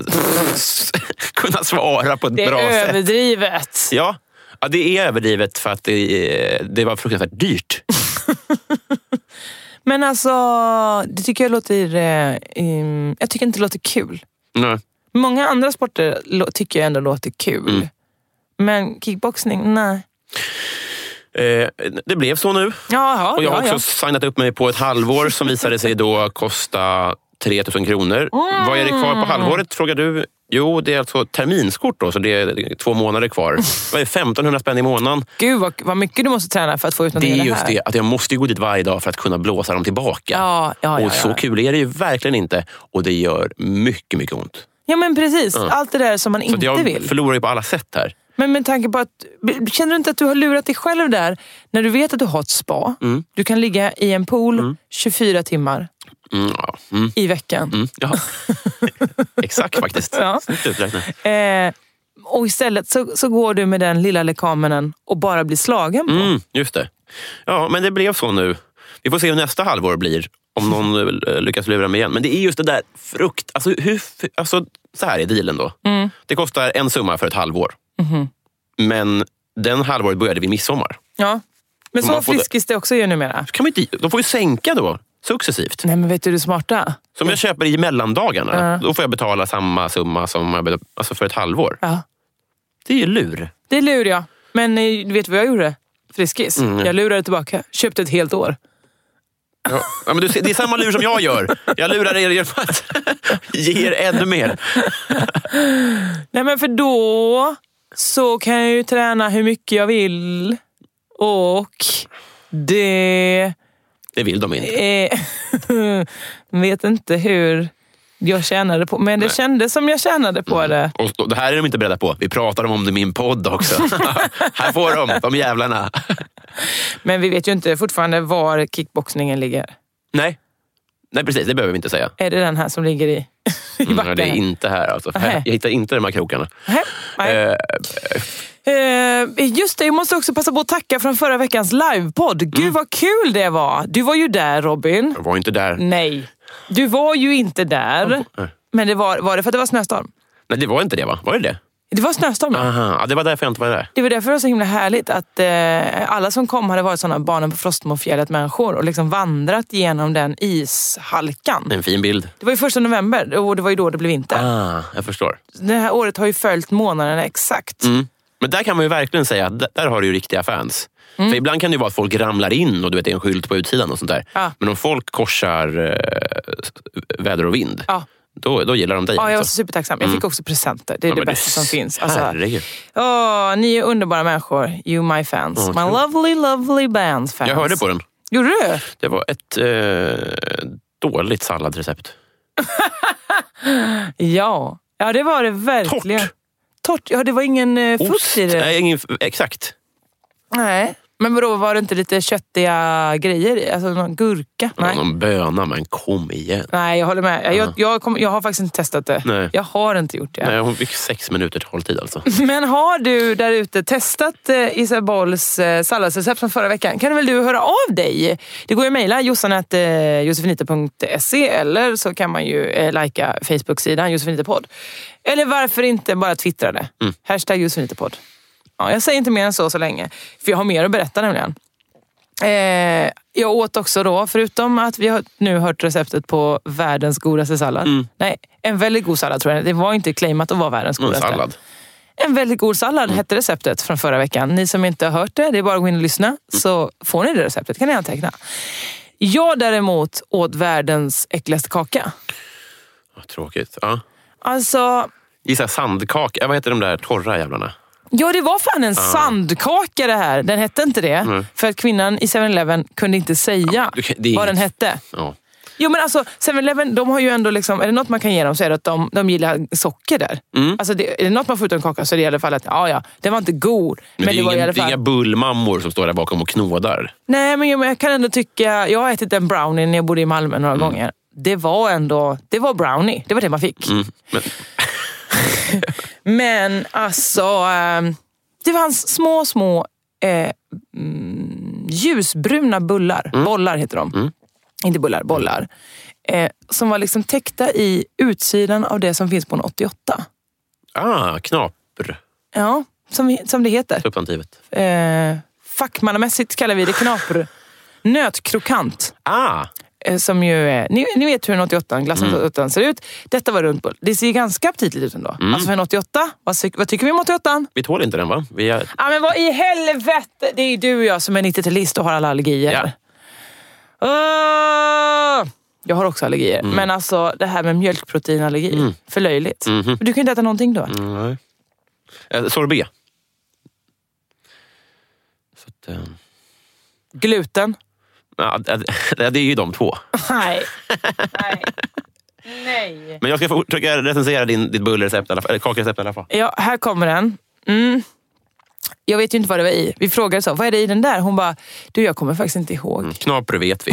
kunna svara på ett Det är bra sätt. överdrivet. Ja. ja, det är överdrivet för att det, eh, det var fruktansvärt dyrt. Men alltså, det tycker jag låter... Eh, em, jag tycker inte det låter kul. Nej. Många andra sporter lå- tycker jag ändå låter kul. Mm. Men kickboxning, nej. Eh, det blev så nu. Jaha, Och jag har ja, också signat upp mig på ett halvår som visade sig då kosta 3 000 kronor. Mm. Vad är det kvar på halvåret frågar du? Jo, det är alltså terminskort då, så det är två månader kvar. Mm. Vad är 1500 spänn i månaden? ja. Gud vad, vad mycket du måste träna för att få ut Det någonting är av just här. det, att jag måste ju gå dit varje dag för att kunna blåsa dem tillbaka. Ja, ja, ja, och så ja. kul är det ju verkligen inte. Och det gör mycket, mycket ont. Ja men precis, allt det där som man Så att inte jag vill. förlorar ju på alla sätt här. Men med tanke på att, känner du inte att du har lurat dig själv där? När du vet att du har ett spa, du kan ligga i en pool 24 timmar Mm, ja. Mm, i veckan. mm, ja. Exakt faktiskt. Ja. Snyggt uträknat. Eh, och istället så, så går du med den lilla lekamenen och bara blir slagen på. Mm, just det. Ja, men det blev så nu. Vi får se hur nästa halvår blir. Om någon eh, lyckas lura mig igen. Men det är just det där frukt... Alltså, hur, alltså så här är dealen då. Det kostar en summa för ett halvår. Mhm. Men den halvåret började vid midsommar. Ja. Men så man får det. friskis det också ju numera. Kan man inte, de får ju sänka då, successivt. Nej men vet du det smarta? Som jag köper i mellandagarna. Ja. Då får jag betala samma summa som jag bet- alltså för ett halvår. Ja. Det är ju lur. Det lurar jag. Men eh, du vet vad jag gjorde? Friskis. Mm, Jag lurade tillbaka. Köpte ett helt år. Ja. Ja, men du, ser, det är samma lur som jag gör. Jag lurar er genom att ge er ännu mer. Nej men för då så kan jag ju träna hur mycket jag vill. Och det... Det vill de inte. Eh, vet inte hur jag tjänade på Men det kändes som jag tjänade på det. Och så- det här är de inte beredda på. Vi pratar om det i min podd också. här får de, de jävlarna. Men vi vet ju inte fortfarande var kickboxningen ligger. Nej. Nej, precis. Det behöver vi inte säga. Är det den här som ligger i, i backen? Mm, det är inte här. Alltså. Nej. Jag hittar inte de här krokarna. Nej, nej. Eh, Eh, just det, jag måste också passa på att tacka från förra veckans livepodd. Gud Mm. vad kul det var! Du var ju där Robin. jag var inte där. Nej, du var ju inte där. Men det var, var det för att det var snöstorm? Nej, det var inte det va? Var det det? Det var snöstorm. ja. Aha, ja, det var därför jag inte var där. Det var därför det var så himla härligt att eh, alla som kom hade varit såna barnen på Frostmofjället människor och liksom vandrat genom den ishalkan. Det är en fin bild. Det var ju första november och det var ju då det blev vinter. Ah, jag förstår. Det här året har ju följt månaderna exakt. Mm. Men där kan man ju verkligen säga att d- där har du ju riktiga fans. Mm. För ibland kan det ju vara att folk ramlar in och du vet, det är en skylt på utsidan och sånt där. Ja. Men om folk korsar eh, s- väder och vind, Ja. då, då gillar de dig. Ja, jag var alltså. så supertacksam. Jag fick också presenter. Det är Ja, det men du- bästa som finns. Alltså, Herregud. åh, ni är underbara människor. You my fans. Ja, my kul. lovely, lovely bands fans. Jag hörde på den. Gjorde du? Det var ett eh, dåligt salladrecept. Ja. Ja, det var det verkligen. Torrt. Torrt. Ja, det var ingen eh, fukt Ost? i det. Nej, ingen, exakt. Nej. Men vadå, var det inte lite köttiga grejer i? Alltså någon gurka? Det var Nej. någon böna, men kom igen. Nej, jag håller med. Jag, Ja. jag, kom, jag har faktiskt inte testat det. Nej. Jag har inte gjort det. Nej, hon fick sex minuter taltid alltså. Men har du där ute testat eh, Isabolls eh, salladsrecept från förra veckan kan väl du höra av dig? Det går ju att mejla eh, jossanatjosefinita.se eller så kan man ju eh, lajka Facebook-sidan Josefinitapodd. Eller varför inte bara twittra det? Hashtag Josefinitapodd. Ja, jag säger inte mer än så så länge, för jag har mer att berätta nämligen. Eh, jag åt också då, förutom att vi har nu hört receptet på världens godaste sallad. Nej, en väldigt god sallad tror jag. Det var inte claimat att vara världens Någon godaste. Mm, sallad. En väldigt god sallad hette receptet från förra veckan. Ni som inte har hört det, det är bara att gå in och lyssna så får ni det receptet. kan ni anteckna. Jag däremot åt världens äckligaste kaka. Vad Tråkigt. Ja. Alltså, Gissa sandkaka. Ja, Vad heter de där torra jävlarna? ja det var fan en sandkaka det här. Den hette inte det. För att kvinnan i 7-Eleven kunde inte säga du kan- det är vad den inget- hette. Ja. Jo men alltså 7-Eleven, de har ju ändå liksom, är det något man kan ge dem så är det att de, de gillar socker där. Mm. Alltså det, är det något man får ut av en kaka så är det i alla fall att, ja ja, den var inte god. Men, det, är var i ingen, alla det är fall... inga bullmammor som står där bakom och knådar. Nej, men jag, men jag kan ändå tycka... Jag har ätit en brownie när jag bodde i Malmö några gånger. Det var ändå... Det var brownie. Det var det man fick. men- men alltså... ehm, Det fanns små, små eh, mm, ljusbruna bullar. Bollar heter de. Inte bullar, bollar. Eh, som var liksom täckta i utsidan av det som finns på en 88. Ah, knapr. Ja, som, som det heter. Substantivet. Eh, fackmannamässigt kallar vi det knapr. Nötkrokant. Ah, Eh, som ju är, ni, ni vet hur en 88 glass mm. 88 ser ut. Detta var runt bull. Det ser ju ganska aptitligt ut ändå. Alltså för en 88, vad, sy- vad tycker vi om 88? vi tål inte den va? Vi är... Ja men vad i helvete! Det är ju du och jag som är 90-talist och har alla allergier. Ja. Åh! Jag har också allergier. Men alltså det här med mjölkproteinallergi, för löjligt. Du kan ju inte äta någonting då. mm, Nej. Eh, sorbet. Så att, eh, Gluten? ja, det- det är ju de två. Nej. Nej. Nej. Men jag ska få försöka recensera din, ditt bullrecept, i alla fall- eller kakrecept i alla fall. Ja, här kommer den. Mm. Jag vet ju inte vad det var i. Vi frågade så, vad är det i den där? Hon bara, du jag kommer faktiskt inte ihåg. Knapr vet vi.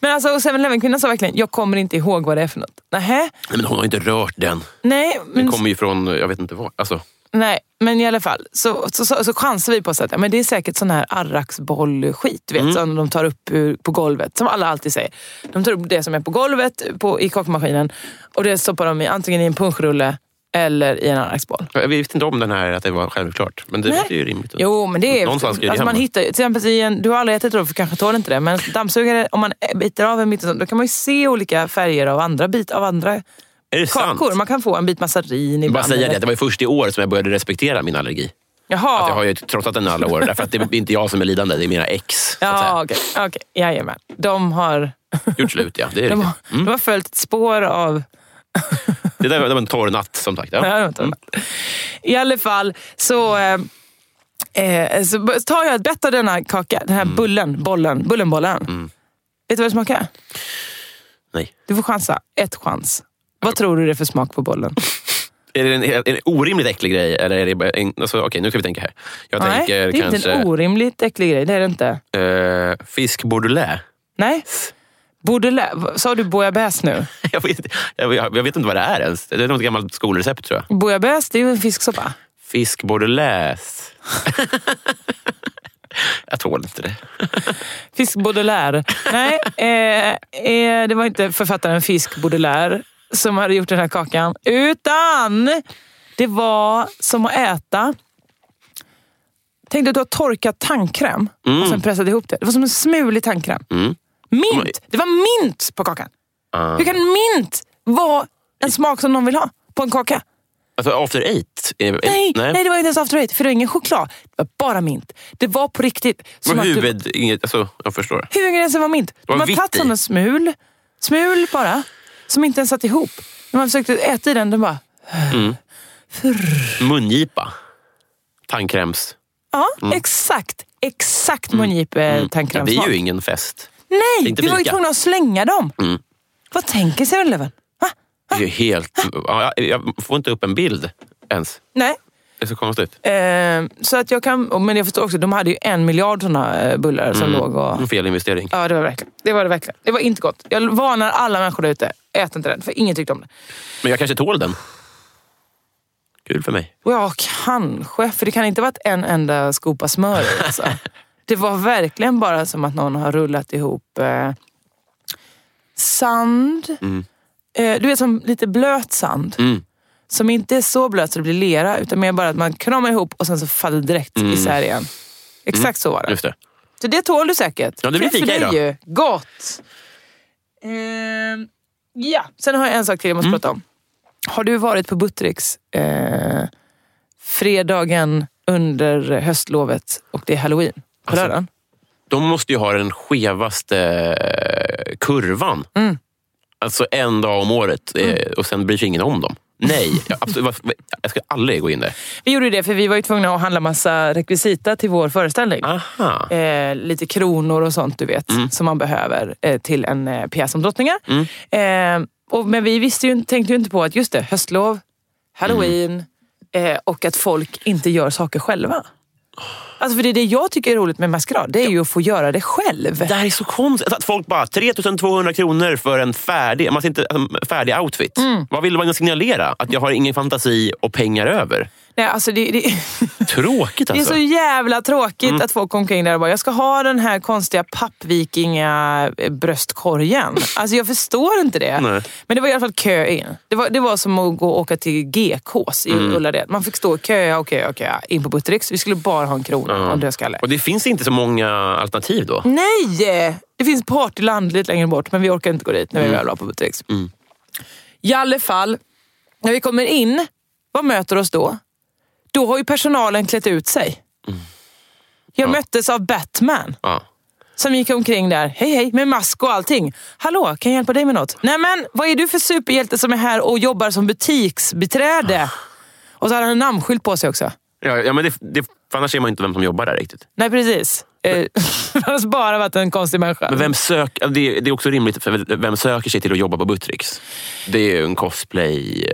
Men alltså, 7-Eleven-kvinnan sa verkligen, jag kommer inte ihåg vad det är för något. Nähä? Nej, men hon har inte rört den. Nej, men, Den kommer ju från, eh, jag vet inte vad. Alltså, nej, men i alla fall. Så, så, så, så chansar vi på så att ja, men det är säkert sån här arraksbollskit, du vet, som de tar upp ur, på golvet. Som alla alltid säger. De tar upp det som är på golvet på, i kakmaskinen och det stoppar de i, antingen i en punschrulle eller i en arraksboll. jag visste inte om den här att det var självklart. Men det Nej. är ju rimligt. Jo, men det är... Typ. Någonstans ska ju det alltså man hemma. hittar, ju- till exempel i en, du har aldrig ätit då, för kanske tål inte det, men dammsugare, om man biter av en bit, och sånt, då kan man ju se olika färger av andra, bit, av andra Är det sant? kakor. Man kan få en bit massarin Jag bara ibland. säga det, eller- att det var ju först i år som jag började respektera min allergi. Jaha. Att jag har ju trotsat den i alla år. Därför att det är inte jag som är lidande, det är mina ex. Så att ja, säga. okej. okej. Jajamän. De har, Gjort slut ja, det Mm. är de, har, riktigt. de har följt ett spår av... Det där var det var en torr natt som sagt. Ja. Mm. Nej, vänta. I alla fall så, eh, eh, så b- tar jag ett bett av denna kaka, den här Mm. bullen, bollen, bullenbollen. Vet du vad det smakar? Nej. Du får chansa. Ett chans. Vad tror du det är för smak på bollen? Är det en, är det en orimligt äcklig grej? Eller är det bara en, alltså, okej, nu ska vi tänka här. Jag Nej, det tänker är kanske inte en orimligt äcklig grej. Det är det inte. eh, fisk bordelais. Nej. Borde Sa du bouillabaisse nu? Jag vet, jag, jag jag vet inte vad det är ens. Det är något gammalt skolrecept tror jag. Bouillabaisse, det är ju en fisksoppa. Fisk bordelais. jag tål inte det. Fisk Baudelaire. Nej, eh, eh, det var inte författaren Fisk Baudelaire som hade gjort den här kakan. Utan det var som att äta... Tänk dig att du har torkat tandkräm Mm, och sen pressat ihop det. Det var som en smulig tandkräm. Mint! Det var mint på kakan. Ah. Hur kan mint vara en smak som någon vill ha på en kaka? Alltså after eight? är- är- Nej, nej. det var inte ens after eight, för det var ingen choklad. Det var bara mint. Det var på riktigt. Men som att du- huvud, inget, alltså, jag förstår. Huvudingrediensen var mint. var De har vitt tagit i. som en smul. Smul bara. som inte ens satt ihop. När man försökte äta i den, den bara... Mungipa. Tandkräms. Ja, Mm. exakt. Exakt Eh, mungipe-tandkrämssmak. Det Mm. är ju ingen fest. Nej, Inte vi var ju lika. tvungna att slänga dem. Vad tänker sig eleven? Va? Det är ju helt... Ah. Ja, jag- Jag får inte upp en bild ens. Nej. Det är så konstigt. Eh, så att jag kan, och- men jag förstår också, de hade ju en miljard såna eh, bullar som Mm. låg och... En fel investering. Ja, det var, verkligen. det var det verkligen. Det var inte gott. Jag varnar alla människor där ute. Ät inte den, för ingen tyckte om den. Men jag kanske tål den. Kul för mig. Och ja, kanske. För det kan inte ha varit en enda skopa smör i, alltså. Det var verkligen bara som att någon har rullat ihop eh, sand. Eh, du vet, som lite blöt sand. Mm. Som inte är så blöt så det blir lera, utan mer bara att man kramar ihop och sen så faller det direkt isär igen. Exakt så var det. Just det. Så det tål du säkert. Ja, det blir Kul för fika dig idag. ju. Gott! Ehm, ja, sen har jag en sak till jag Mm. måste prata om. Har du varit på Buttericks eh, fredagen under höstlovet och det är halloween? På Alltså, lördagen? De måste ju ha den skevaste eh, kurvan. Mm. Alltså en dag om året eh, och sen bryr sig ingen om dem. Nej, jag, absolut, varför- jag ska aldrig gå in där. Vi gjorde ju det för vi var ju tvungna att handla massa rekvisita till vår föreställning. Aha. eh, lite kronor och sånt du vet Mm. som man behöver eh, till en eh, pjäs om drottningar. Eh, och, men vi visste ju, tänkte ju inte på att just det, höstlov, halloween Mm. eh, och att folk inte gör saker själva. Alltså för det är det jag tycker är roligt med maskerad, det är ju att få göra det själv. Det här är så konstigt. Att folk bara 3200 kronor för en färdig, man ser inte, en färdig outfit. Mm. Vad vill man signalera? Att jag har ingen fantasi och pengar över? Nej, alltså det, det, Tråkigt det är alltså. Mm. så jävla tråkigt att folk kom omkring där och bara, jag ska ha den här konstiga pappvikinga eh, bröstkorgen. Alltså jag förstår inte det. Nej. Men det var i alla fall kö in. Det var, det var som att gå och åka till GKs i Ullared. Man fick stå och köa och köa och köa in på Buttericks. Vi skulle bara ha en krona och en dödskalle. Och det finns inte så många alternativ Mm. då. Nej! Det finns Partyland lite längre bort, men vi orkar inte gå dit när vi väl var på Buttericks. I alla fall, när vi kommer in, vad möter oss då? Då har ju personalen klätt ut sig. Jag möttes av Batman Ja. som gick omkring där, hej hej, med mask och allting. Hallå, kan jag hjälpa dig med något? Nej men, vad är du för superhjälte som är här och jobbar som Ah. butiksbiträde? Och så hade han en namnskylt på sig också. Ja, ja, men det, det, för annars ser man inte vem som jobbar där riktigt. Nej precis. Eh, Han har bara varit en konstig människa. Men vem sök, ja, det, det är också rimligt, för vem söker sig till att jobba på Buttricks? Det är ju en cosplay...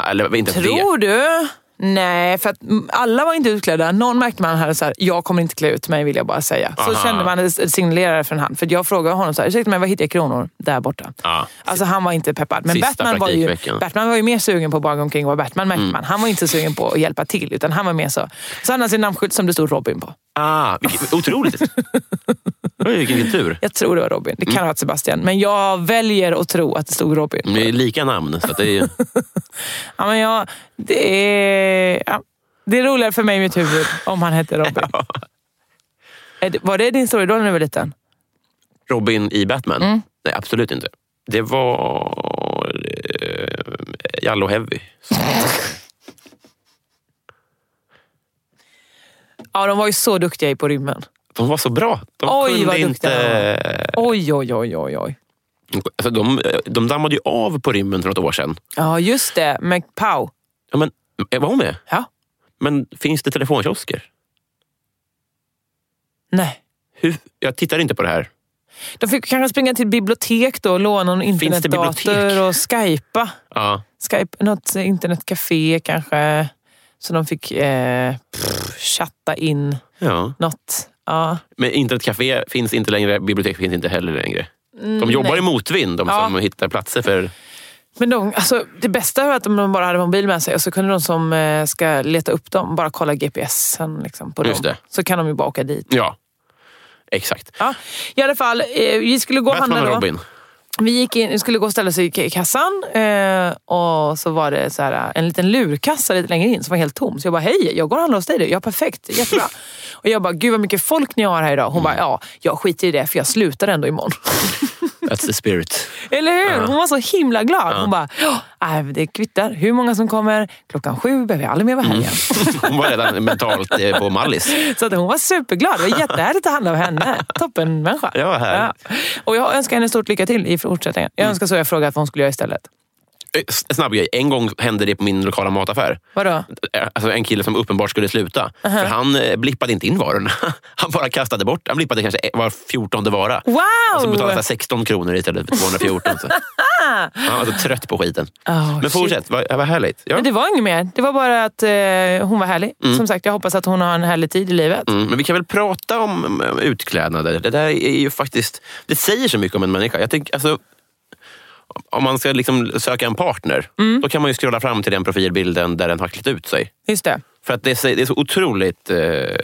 eh, Eller inte ens Tror du? Nej, för att mm, alla var inte utklädda. Någon märkte man hade så här, jag kommer inte klä ut mig vill jag bara säga. Så Aha. kände man det signalerade från han. För jag frågade honom så här, ursäkta mig, var hittar jag kronor? Där borta. Ja. Alltså han var inte peppad. Men Sista Batman var, ju, praktikveckan. Mm. Batman var ju mer sugen på att bara gå omkring och vara Batman märkte man. Han var inte sugen på att hjälpa till utan han var mer så. Så hade han sin namnskylt som det stod Robin på. Ah, vilket, otroligt! Oj, vilken tur. Jag tror det var Robin. Det Mm. kan ha varit Sebastian. Men jag väljer att tro att det stod Robin. Men Det är lika namn. Så att det är ju... Ja, men jag, det, är, ja, det är roligare för mig i mitt huvud om han hette Robin. Är det- Var det din story då när du var liten? Robin i Batman? Mm. Nej, absolut inte. Det var eh, Jallo Heavy. Ja, de var ju så duktiga i På rymmen. De var så bra. De Oj, kunde vad duktiga inte... Oj, oj, oj, oj. oj. Alltså, de, de dammade ju av på rymmen för något år sedan. Ja, just det. McPow. Ja, men, var hon med? Ja. Men finns det telefonkiosker? Nej. Hur? Jag tittar inte på det här. De fick kanske springa till bibliotek då och låna någon det bibliotek? internetdator och skypa. Ja. Skype, något internetcafé kanske. Så de fick eh, pff, chatta in ja. något. Ja. Men internetcafé finns inte längre, bibliotek finns inte heller längre. De jobbar Mm, nej. i motvind, de Ja. som hittar platser för... Men de, alltså, det bästa var att om de bara hade mobil med sig och så kunde de som eh, ska leta upp dem bara kolla GPSen liksom, på Just dem. det. Så kan de ju bara åka dit. Ja, exakt. Ja, I alla fall, eh, vi skulle gå och handla Batman och då. Robin. Vi gick in, skulle gå och ställa sig i k- kassan eh, och så var det så här, en liten lurkassa lite längre in som var helt tom. Så jag bara, hej, jag går och handlar hos dig du. Ja, perfekt, jättebra. Mm. och jag bara, gud vad mycket folk ni har här idag. Hon bara, ja, jag skiter i det för jag slutar ändå imorgon. That's the spirit. Eller hur? Hon var så himla glad. Hon bara, "Ja, nej, det kvittar hur många som kommer. Klockan sju behöver jag aldrig mer vara här Mm. igen. Hon var redan mentalt eh, på Mallis. Så att hon var superglad. Det var jättehärligt att ta hand om henne. Toppen människa. Ja, vad härligt. Mm. Och jag önskar henne stort lycka till i fortsättningen. Jag önskar så jag frågat vad hon skulle göra istället. Eh, s- Snabb grej. En gång hände det på min lokala mataffär. Vadå? Eh, Alltså en kille som uppenbart skulle sluta. För han eh, blippade inte in varorna. Han bara kastade bort. Han blippade kanske eh, var fjortonde vara. Och så Wow! betalade han 16 kronor istället för 214. Så. Han var så trött på skiten. Oh, Men shit. fortsätt, vad, vad härligt. Ja. Men det var inget mer. Det var bara att eh, hon var härlig. Som sagt, jag hoppas att hon har en härlig tid i livet. Mm, men vi kan väl prata om mm, utklädnader. Det där är ju faktiskt... Det säger så mycket om en människa. Jag tänker, alltså, om man ska liksom söka en partner, Mm. då kan man ju scrolla fram till den profilbilden där den har klätt ut sig. Just det. För att det är, så- det är så otroligt... Eh,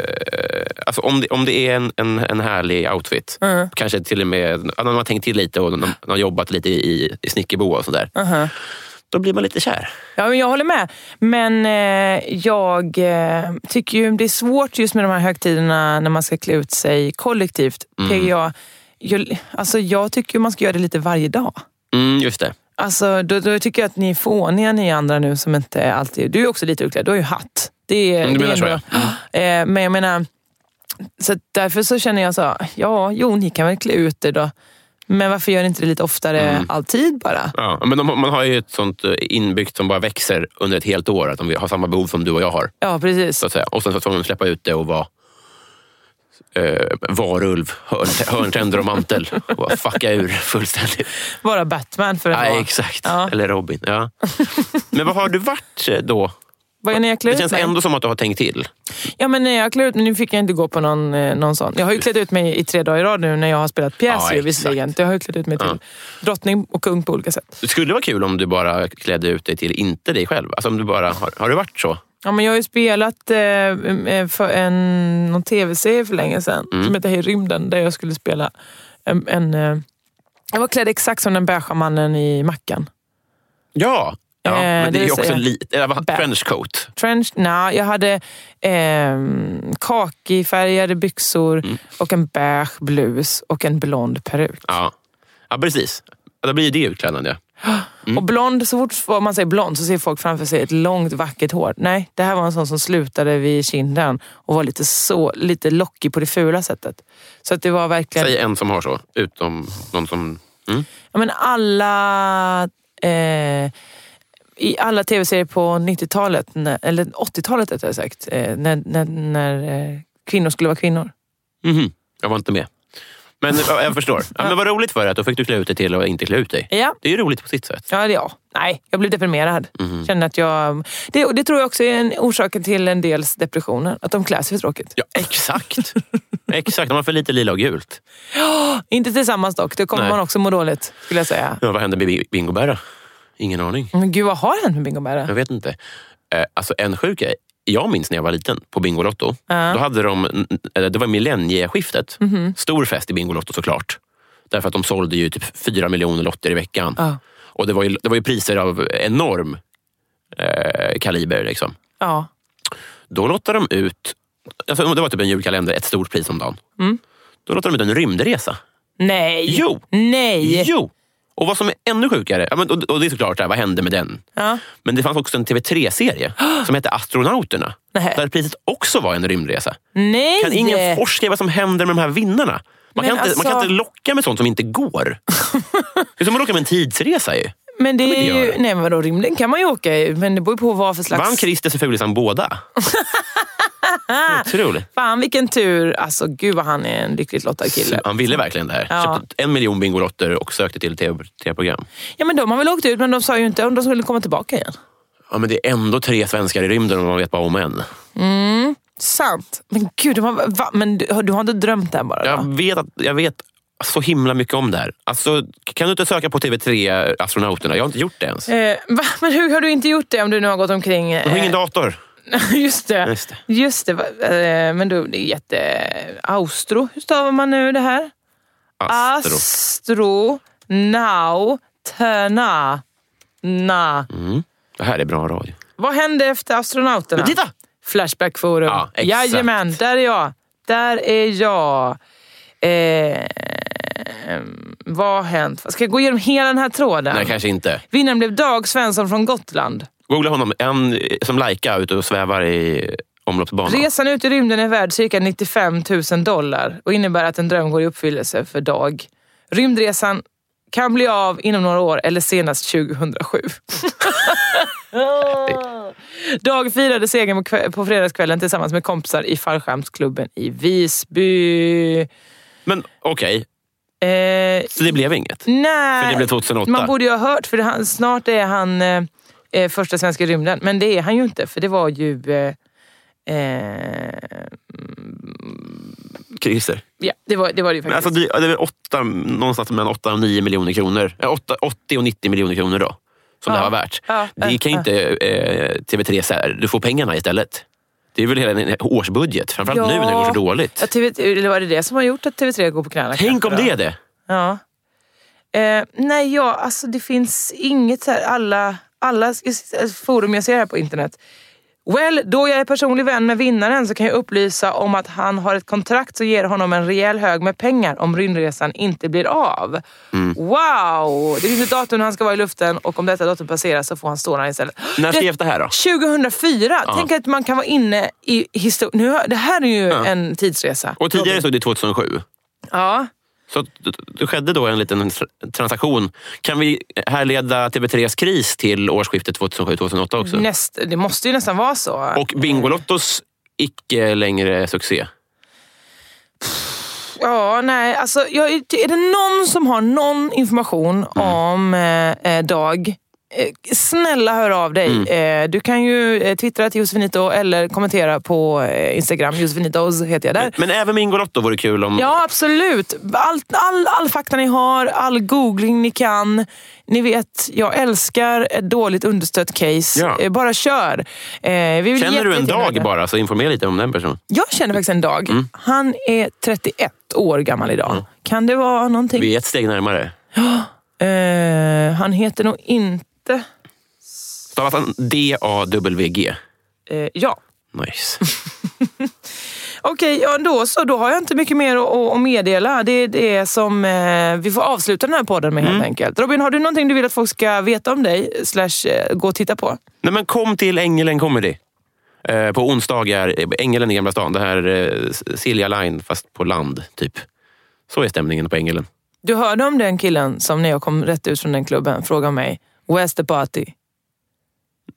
alltså om, det, om det är en, en, en härlig outfit, Mm. kanske till och med... ja, När man har tänkt till lite och när man har jobbat lite i, i snickerboa och sådär. Då blir man lite kär. Ja, men jag håller med. Men eh, jag eh, tycker ju det är svårt just med de här högtiderna när man ska klä ut sig kollektivt. Mm. PGA, jag, alltså jag tycker ju man ska göra det lite varje dag. Mm, just det. Alltså, då, då tycker jag att ni är fåniga ni andra nu som inte alltid... Du är också lite utklädd, du har ju hatt. Det är, Mm, du menar det är så, ändå- Eh, Men jag menar, så att därför så känner jag så, ja, jo, ni kan väl klä ut er då. Men varför gör ni inte det lite oftare Mm. alltid bara? Ja, men de, man har ju ett sånt eh, inbyggt som bara växer under ett helt år. Att de har samma behov som du och jag har. Ja, precis. Så att säga. Och sen så får man släppa ut det och vara eh, varulv, hörn- hörntänder och mantel. Och bara fucka ur fullständigt. Vara Batman för att Nej, vara... exakt. Ja. Eller Robin. Ja. Men vad har du varit eh, då? Vad är när jag klär Det ut känns mig? ändå som att du har tänkt till. Ja, men när jag klär ut mig, nu fick jag inte gå på någon, eh, någon sån. Jag har ju klätt ut mig i tre dagar i rad nu när jag har spelat pjäs Ja, ju, exakt. visserligen. Jag har ju klätt ut mig till Ja. drottning och kung på olika sätt. Det skulle vara kul om du bara klädde ut dig till inte dig själv. Alltså om du bara, har, har du varit så? Ja, men jag har ju spelat eh, eh, för en, någon tv-serie för länge sedan som heter Hej rymden där jag skulle spela en... en eh, jag var klädd exakt som den beiga mannen i Mackan. Ja! ja Eh, men det, det är vill ju också säga- lite... Eller vad- Bä. trenchcoat. Trench? Nej, jag hade eh, kakifärgade byxor och en beige blus och en blond peruk. Ja. ja, precis. Ja, Då blir ju det utklädnad. Ja. Och blond, så fort man säger blond så ser folk framför sig ett långt vackert hår. Nej, det här var en sån som slutade vid kinden och var lite, så, lite lockig på det fula sättet. Så att det var verkligen... Säg en som har så, utom någon som... Mm. Ja, men alla... Eh, I alla tv-serier på 90-talet, när- eller 80-talet rättare sagt, eh, när, när, när eh, kvinnor skulle vara kvinnor. Mhm. Jag var inte med. Men ja, jag förstår. Ja, men vad roligt för dig att då fick du klä ut dig till och inte klä ut dig. Ja, Det är ju roligt på sitt sätt. Ja, det- ja. Nej, jag blev deprimerad. Mhm. Kände att jag, det, och det tror jag också är en orsaken till en dels depressioner. Att de klär sig för tråkigt. Ja, exakt. exakt, de har för lite lila och gult. Inte tillsammans dock, då kommer Nej. man också må dåligt skulle jag säga. Ja, vad hände med Bi- Bingo Berra? Ingen aning. Men gud, vad har hänt med Bingo Berra? Jag vet inte. Eh, alltså en sjuk grej. Jag minns när jag var liten på Bingolotto. Då hade de, n- n- eh, det var millennieskiftet. Stor fest i Bingolotto såklart. Därför att de sålde ju typ fyra miljoner lotter i veckan. Ja. Och det var, ju, det var ju priser av enorm eh, kaliber. Liksom. Ja. Då lottade de ut, alltså, det var typ en julkalender, ett stort pris om dagen. Då lottade de ut en rymdresa. Nej! Jo. Nej! Jo! Och vad som är ännu sjukare, ja, men, och, och det är såklart, så här, vad hände med den? Ja. Men det fanns också en TV3-serie som hette Astronauterna. Nähä. Där priset också var en rymdresa. Nej! Kan ingen forska i vad som händer med de här vinnarna? Man, Men kan, inte, man kan alltså- inte locka med sånt som inte går. det är som att locka med en tidsresa ju. Men det inte är ju... göra. Nej men vadå, rymden kan man ju åka i. Men det beror ju på vad för slags... Vann Christer så Fuglesang båda? Det är Otroligt. Fan vilken tur. Alltså gud vad han är en lyckligt lottad kille. Han ville verkligen det här. Ja. Köpte en miljon Bingolotter och sökte till tv-program. Ja men de har väl åkt ut men de sa ju inte om de skulle komma tillbaka igen. Ja, men det är ändå tre svenskar i rymden och man vet bara om en. Sant. Men gud, de har, va? Men du, du har inte drömt det här bara? då? Jag vet, att, jag vet så himla mycket om det här. Alltså, kan du inte söka på TV3 eh, Astronauterna? Jag har inte gjort det ens. Eh, va? Men hur har du inte gjort det om du nu har gått omkring... Jag har ingen eh, dator. just det. Just det. Just det, va- eh, men du, det är jätte... Austro, hur stavar man nu det här? Astro. Astro, now, töna, na. Mm. Det här är bra radio. Vad hände efter astronauterna? Men titta! Flashbackforum. Ja, exakt. Jajamän, där är jag. Där är jag. Eh, Ehm, vad har hänt? Ska jag gå igenom hela den här tråden? Nej, kanske inte. Vinnaren blev Dag Svensson från Gotland. Googla honom. En eh, som lajka ute och svävar i eh, omloppsbanan. Resan ut i rymden är värd cirka 95 000 dollar och innebär att en dröm går i uppfyllelse för Dag. Rymdresan kan bli av inom några år eller senast 2007. Dag firade segern på kve- på fredagskvällen tillsammans med kompisar i fallskärmsklubben i Visby. Eh, Men okej, så det blev inget. nej, För det blev 2008. man borde ju ha hört för det, han, snart är han eh, eh, första svenska i rymden. Men det är han ju inte för det var ju... Eh, eh, Christer. Ja, det var det, var det ju Men faktiskt. alltså, det, ja, det är väl åtta, någonstans mellan 8 och 9 miljoner kronor. Eh, åtta- 80 och 90 miljoner kronor då. Ja. Som det här var värt. Ja, Det ja, kan ja. ju inte eh, TV3 säga. Du får pengarna istället. Det är väl hela en årsbudget. Framförallt Ja. nu när det går så dåligt. Ja, TV, eller var det det som har gjort att TV3 går på knäna? Tänk kanske om då? det är det. Ja. Eh, nej, ja, alltså det finns inget så här, alla, alla forum jag ser här på internet. Well, då jag är personlig vän med vinnaren så kan jag upplysa om att han har ett kontrakt som ger honom en rejäl hög med pengar om rymdresan inte blir av. Mm. Wow! Det finns ett datum när han ska vara i luften och om detta datum passerar så får han stå där istället. När Det- skrevs det här då? 2004. Tänk att man kan vara inne i historien. Det här är ju en tidsresa. Och tidigare stod det 2007. Ja. Så att det- det skedde då en liten tr- transaktion. Kan vi härleda TV3s kris till årsskiftet 2007-2008 också? Näst, det måste ju nästan vara så. Och Bingolottos icke längre succé. Ja, nej. Alltså, jag, är det någon som har någon information Mm. om eh, eh, Dag? eh, Snälla hör av dig. Mm. Eh, Du kan ju eh, twittra till Josefinito eller kommentera på eh, Instagram. Josefinitos heter jag där. Men även Bingolotto vore kul om... Ja, absolut. Allt, all, all fakta ni har, all googling ni kan. Ni vet, jag älskar ett dåligt understött case. Ja. Eh, Bara kör. Eh, vi vill Känner du en jättegärna höra. dag bara, Mm. så informera lite om den personen. Jag känner faktiskt en dag. Han är 31 år gammal idag. Kan det vara någonting? Vi är ett steg närmare. Eh, han heter nog inte... Stavas han D-A-W-G? Eh, ja. Nice. Okej, ja, då så. Då har jag inte mycket mer att- att, att meddela. Det är det som eh, vi får avsluta den här podden med Mm. helt enkelt. Robin, har du någonting du vill att folk ska veta om dig? Slash eh, gå och titta på? Nej, men kom till Ängelen Comedy. Eh, på onsdagar, eh, Ängelen i Gamla stan. Det här eh, Silja Line, fast på land, typ. Så är stämningen på Ängelen. Du hörde om den killen som när jag kom rätt ut från den klubben frågade mig “Where's the party?”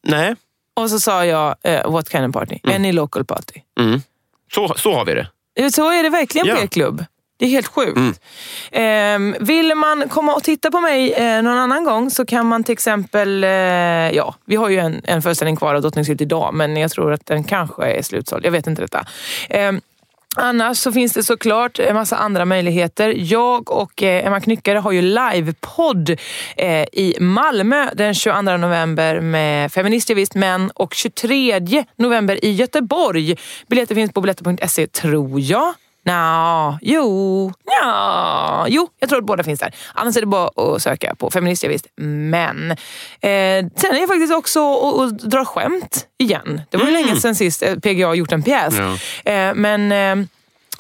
Nej. och så sa jag eh, “What kind of party?” “Any local party?” Mm. Så, så har vi det. Eh, Så är det verkligen på Ja. er klubb. Det är helt sjukt. Ehm, vill man komma och titta på mig eh, någon annan gång så kan man till exempel... Eh, ja, vi har ju en, en föreställning kvar av Drottningsylt idag men jag tror att den kanske är slutsåld. Jag vet inte detta. Ehm, Annars så finns det såklart en massa andra möjligheter. Jag och eh, Emma Knyckare har ju livepodd eh, i Malmö den 22 november med Feminist, jag visst, män och 23 november i Göteborg. Biljetter finns på biljetter.se tror jag. Nja, jo, nja, jo, jag tror att båda finns där. Annars är det bara att söka på feminist, jag visst. Men eh, sen är jag faktiskt också och, och drar skämt igen. Det var ju länge sedan sist eh, PGA har gjort en pjäs. Eh, men eh,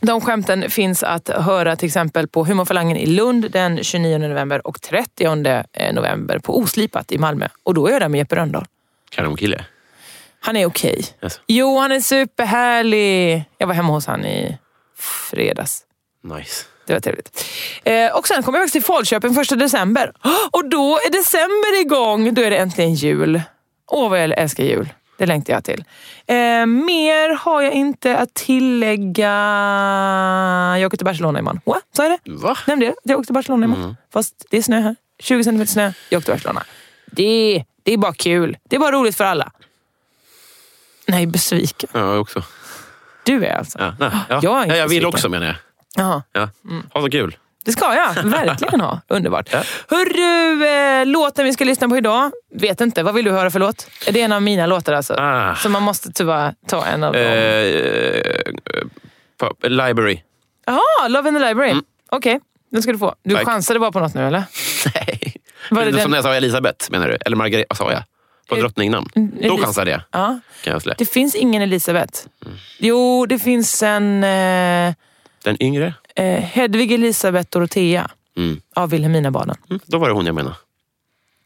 de skämten finns att höra till exempel på Humorfalangen i Lund den 29 november och 30 november på Oslipat i Malmö. Och då är jag där med Jeppe Rönndahl. Karamonkille. Han är okej. Yes. Jo, han är superhärlig. Jag var hemma hos han i fredags. Nice. Det var trevligt. Eh, och sen kommer jag faktiskt till Falköping första december. Och då är december igång! Då är det äntligen jul. Åh, vad jag älskar jul. Det längtar jag till. Eh, mer har jag inte att tillägga. Jag åker till Barcelona imorgon. What? Sa jag det? Va? Nämnde jag det? Jag åker till Barcelona imorgon. Fast det är snö här. 20 centimeter snö. Jag åker till Barcelona. Det, det är bara kul. Det är bara roligt för alla. Nej, besviken. Ja, jag också. Du är alltså. Ja, nej, ja. Jag är Jag, inte ja, jag vill besviken. också menar jag. Jaha. Ja. Ha så kul. Det ska jag verkligen ha. Underbart. Hörru, eh, låten vi ska lyssna på idag. Vet inte. Vad vill du höra för låt? Är det en av mina låtar alltså? Ah. Så man måste tyvärr ta en av Eh, dem. eh, pop- library. Jaha, Love in the Library. Okej, den ska du få. Du Mm. Tack. chansade bara på något nu eller? Nej. Var det Men den- Eh, Som när jag sa Elisabeth, menar du? Eller Margareta, sa jag? På drottningnamn. Då Mm, Elis- chansade jag. Mm. Ja. Kan jag slä. Det finns ingen Elisabeth. Jo, det finns en... Eh, Den yngre? eh, Hedvig Elisabeth Dorotea Mm. av Vilhelminabalen. Mm, då var det hon jag menade.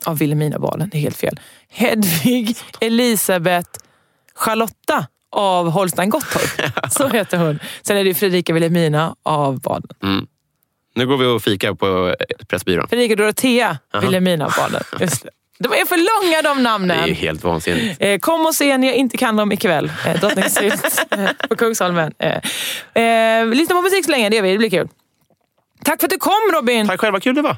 Av Vilhelminabalen, det är helt fel. Hedvig Elisabeth Charlotta av Holstein Gottorp. Så heter hon. Sen är det Fredrika Vilhelmina av Baden. Mm. Nu går vi och fikar på eh, Pressbyrån. Fredrika Dorotea Vilhelmina av Baden. Just det. De är för långa de Det är ju namnen. helt vansinnigt. Eh, kom och se när jag inte kan dem ikväll. Eh, Drottningshus eh, på Kungsholmen. Eh, eh, lyssna på musik så länge, det gör vi. Det blir kul. Tack för att du kom Robin! Tack själv, vad kul det var.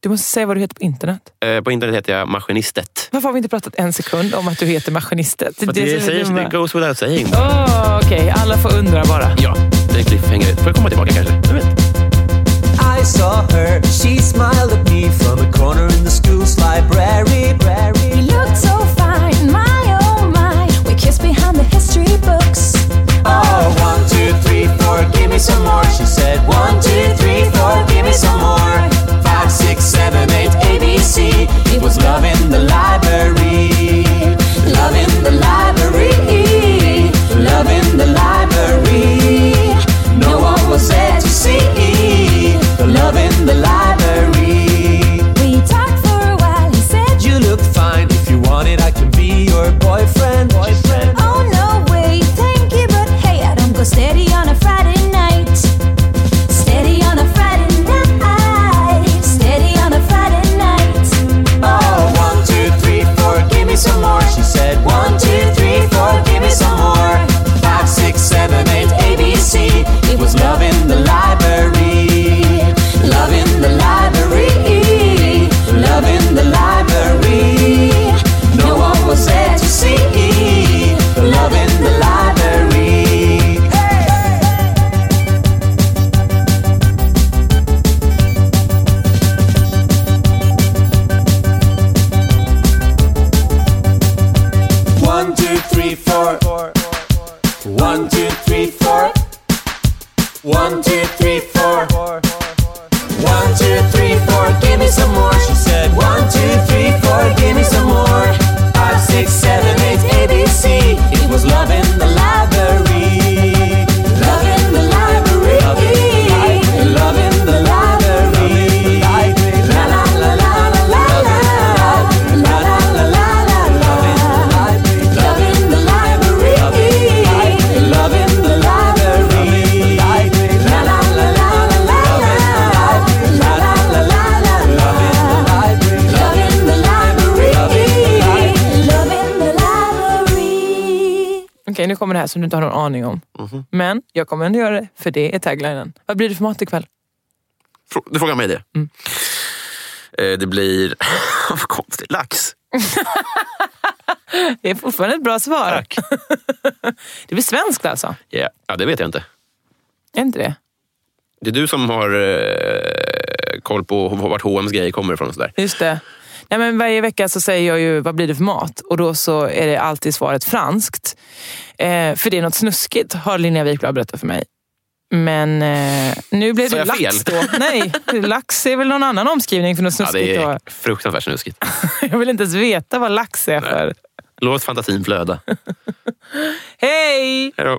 Du måste säga vad du heter på internet. Eh, På internet heter jag Maskinistet. Varför har vi inte pratat en sekund om att du heter Maskinisten? Det, är Det, det, som är säger, dumma. det goes without saying. Åh, Ah, Okej, alla får undra bara. Ja, det är cliffhanger. Får jag komma tillbaka kanske? Jag vet. I saw her. She smiled at me from a corner in the school's library. You look so fine, my oh my. We kissed behind the history books. Oh, one, two, three, four, give me some more. She said, one, two, three, four, give me some more. Five, six, seven, eight, ABC. It was love in the library. Love in the library. Love in the library. No one was there to see. The love in the library. We talked for a while. He said, You look fine. If you want it, I can be your boyfriend. Boyfriend. Oh no way, thank you, but hey, I don't go steady on a Friday night. Steady on a Friday night. Steady on a Friday night. Oh, one, two, three, four, give me some more. She said, one, two, three, four, give me some more. Five, six, seven, eight, ABC. It was love in the library. Love in the library. Love in the library. No one was there to see. Love in the library. One, two, three, four. One, two, three, four. One, two, three, four. One, two, three, four. Give me some more. She said, One, two, three, four. Give me some more. Five, six, seven, eight, ABC. It was love in the library. Love in the library. Love in the library. La la la la la la la. La la la la la la. Love in the library. Love in the library. La la la la la la la. La la la la la la. Love in the library. Love in the library. Okej, nu kommer det här som du inte har någon aning om. Mhm. Men jag kommer ändå göra det, för det är taglinen. Vad blir det för mat ikväll? Frå- Du frågar mig det? Mm. Eh, Det blir... Vad konstigt. Lax. Det är fortfarande ett bra svar. Tack. Det blir svenskt alltså? Ja, Ja, det vet jag inte. Är inte det? Det är du som har eh, koll på vart H&M's grejer kommer ifrån. Och sådär. Just det. Nej, men varje vecka så säger jag ju vad blir det för mat och då så är det alltid svaret franskt. Eh, för det är något snuskigt har Linnea Wikblad berättat för mig. Men eh, nu blev Sa det jag fel? lax då. Nej, lax är väl någon annan omskrivning för något Ja, det snuskigt. är då. fruktansvärt snuskigt. Jag vill inte ens veta vad lax är för. Låt fantasin flöda. Hej! Hej då.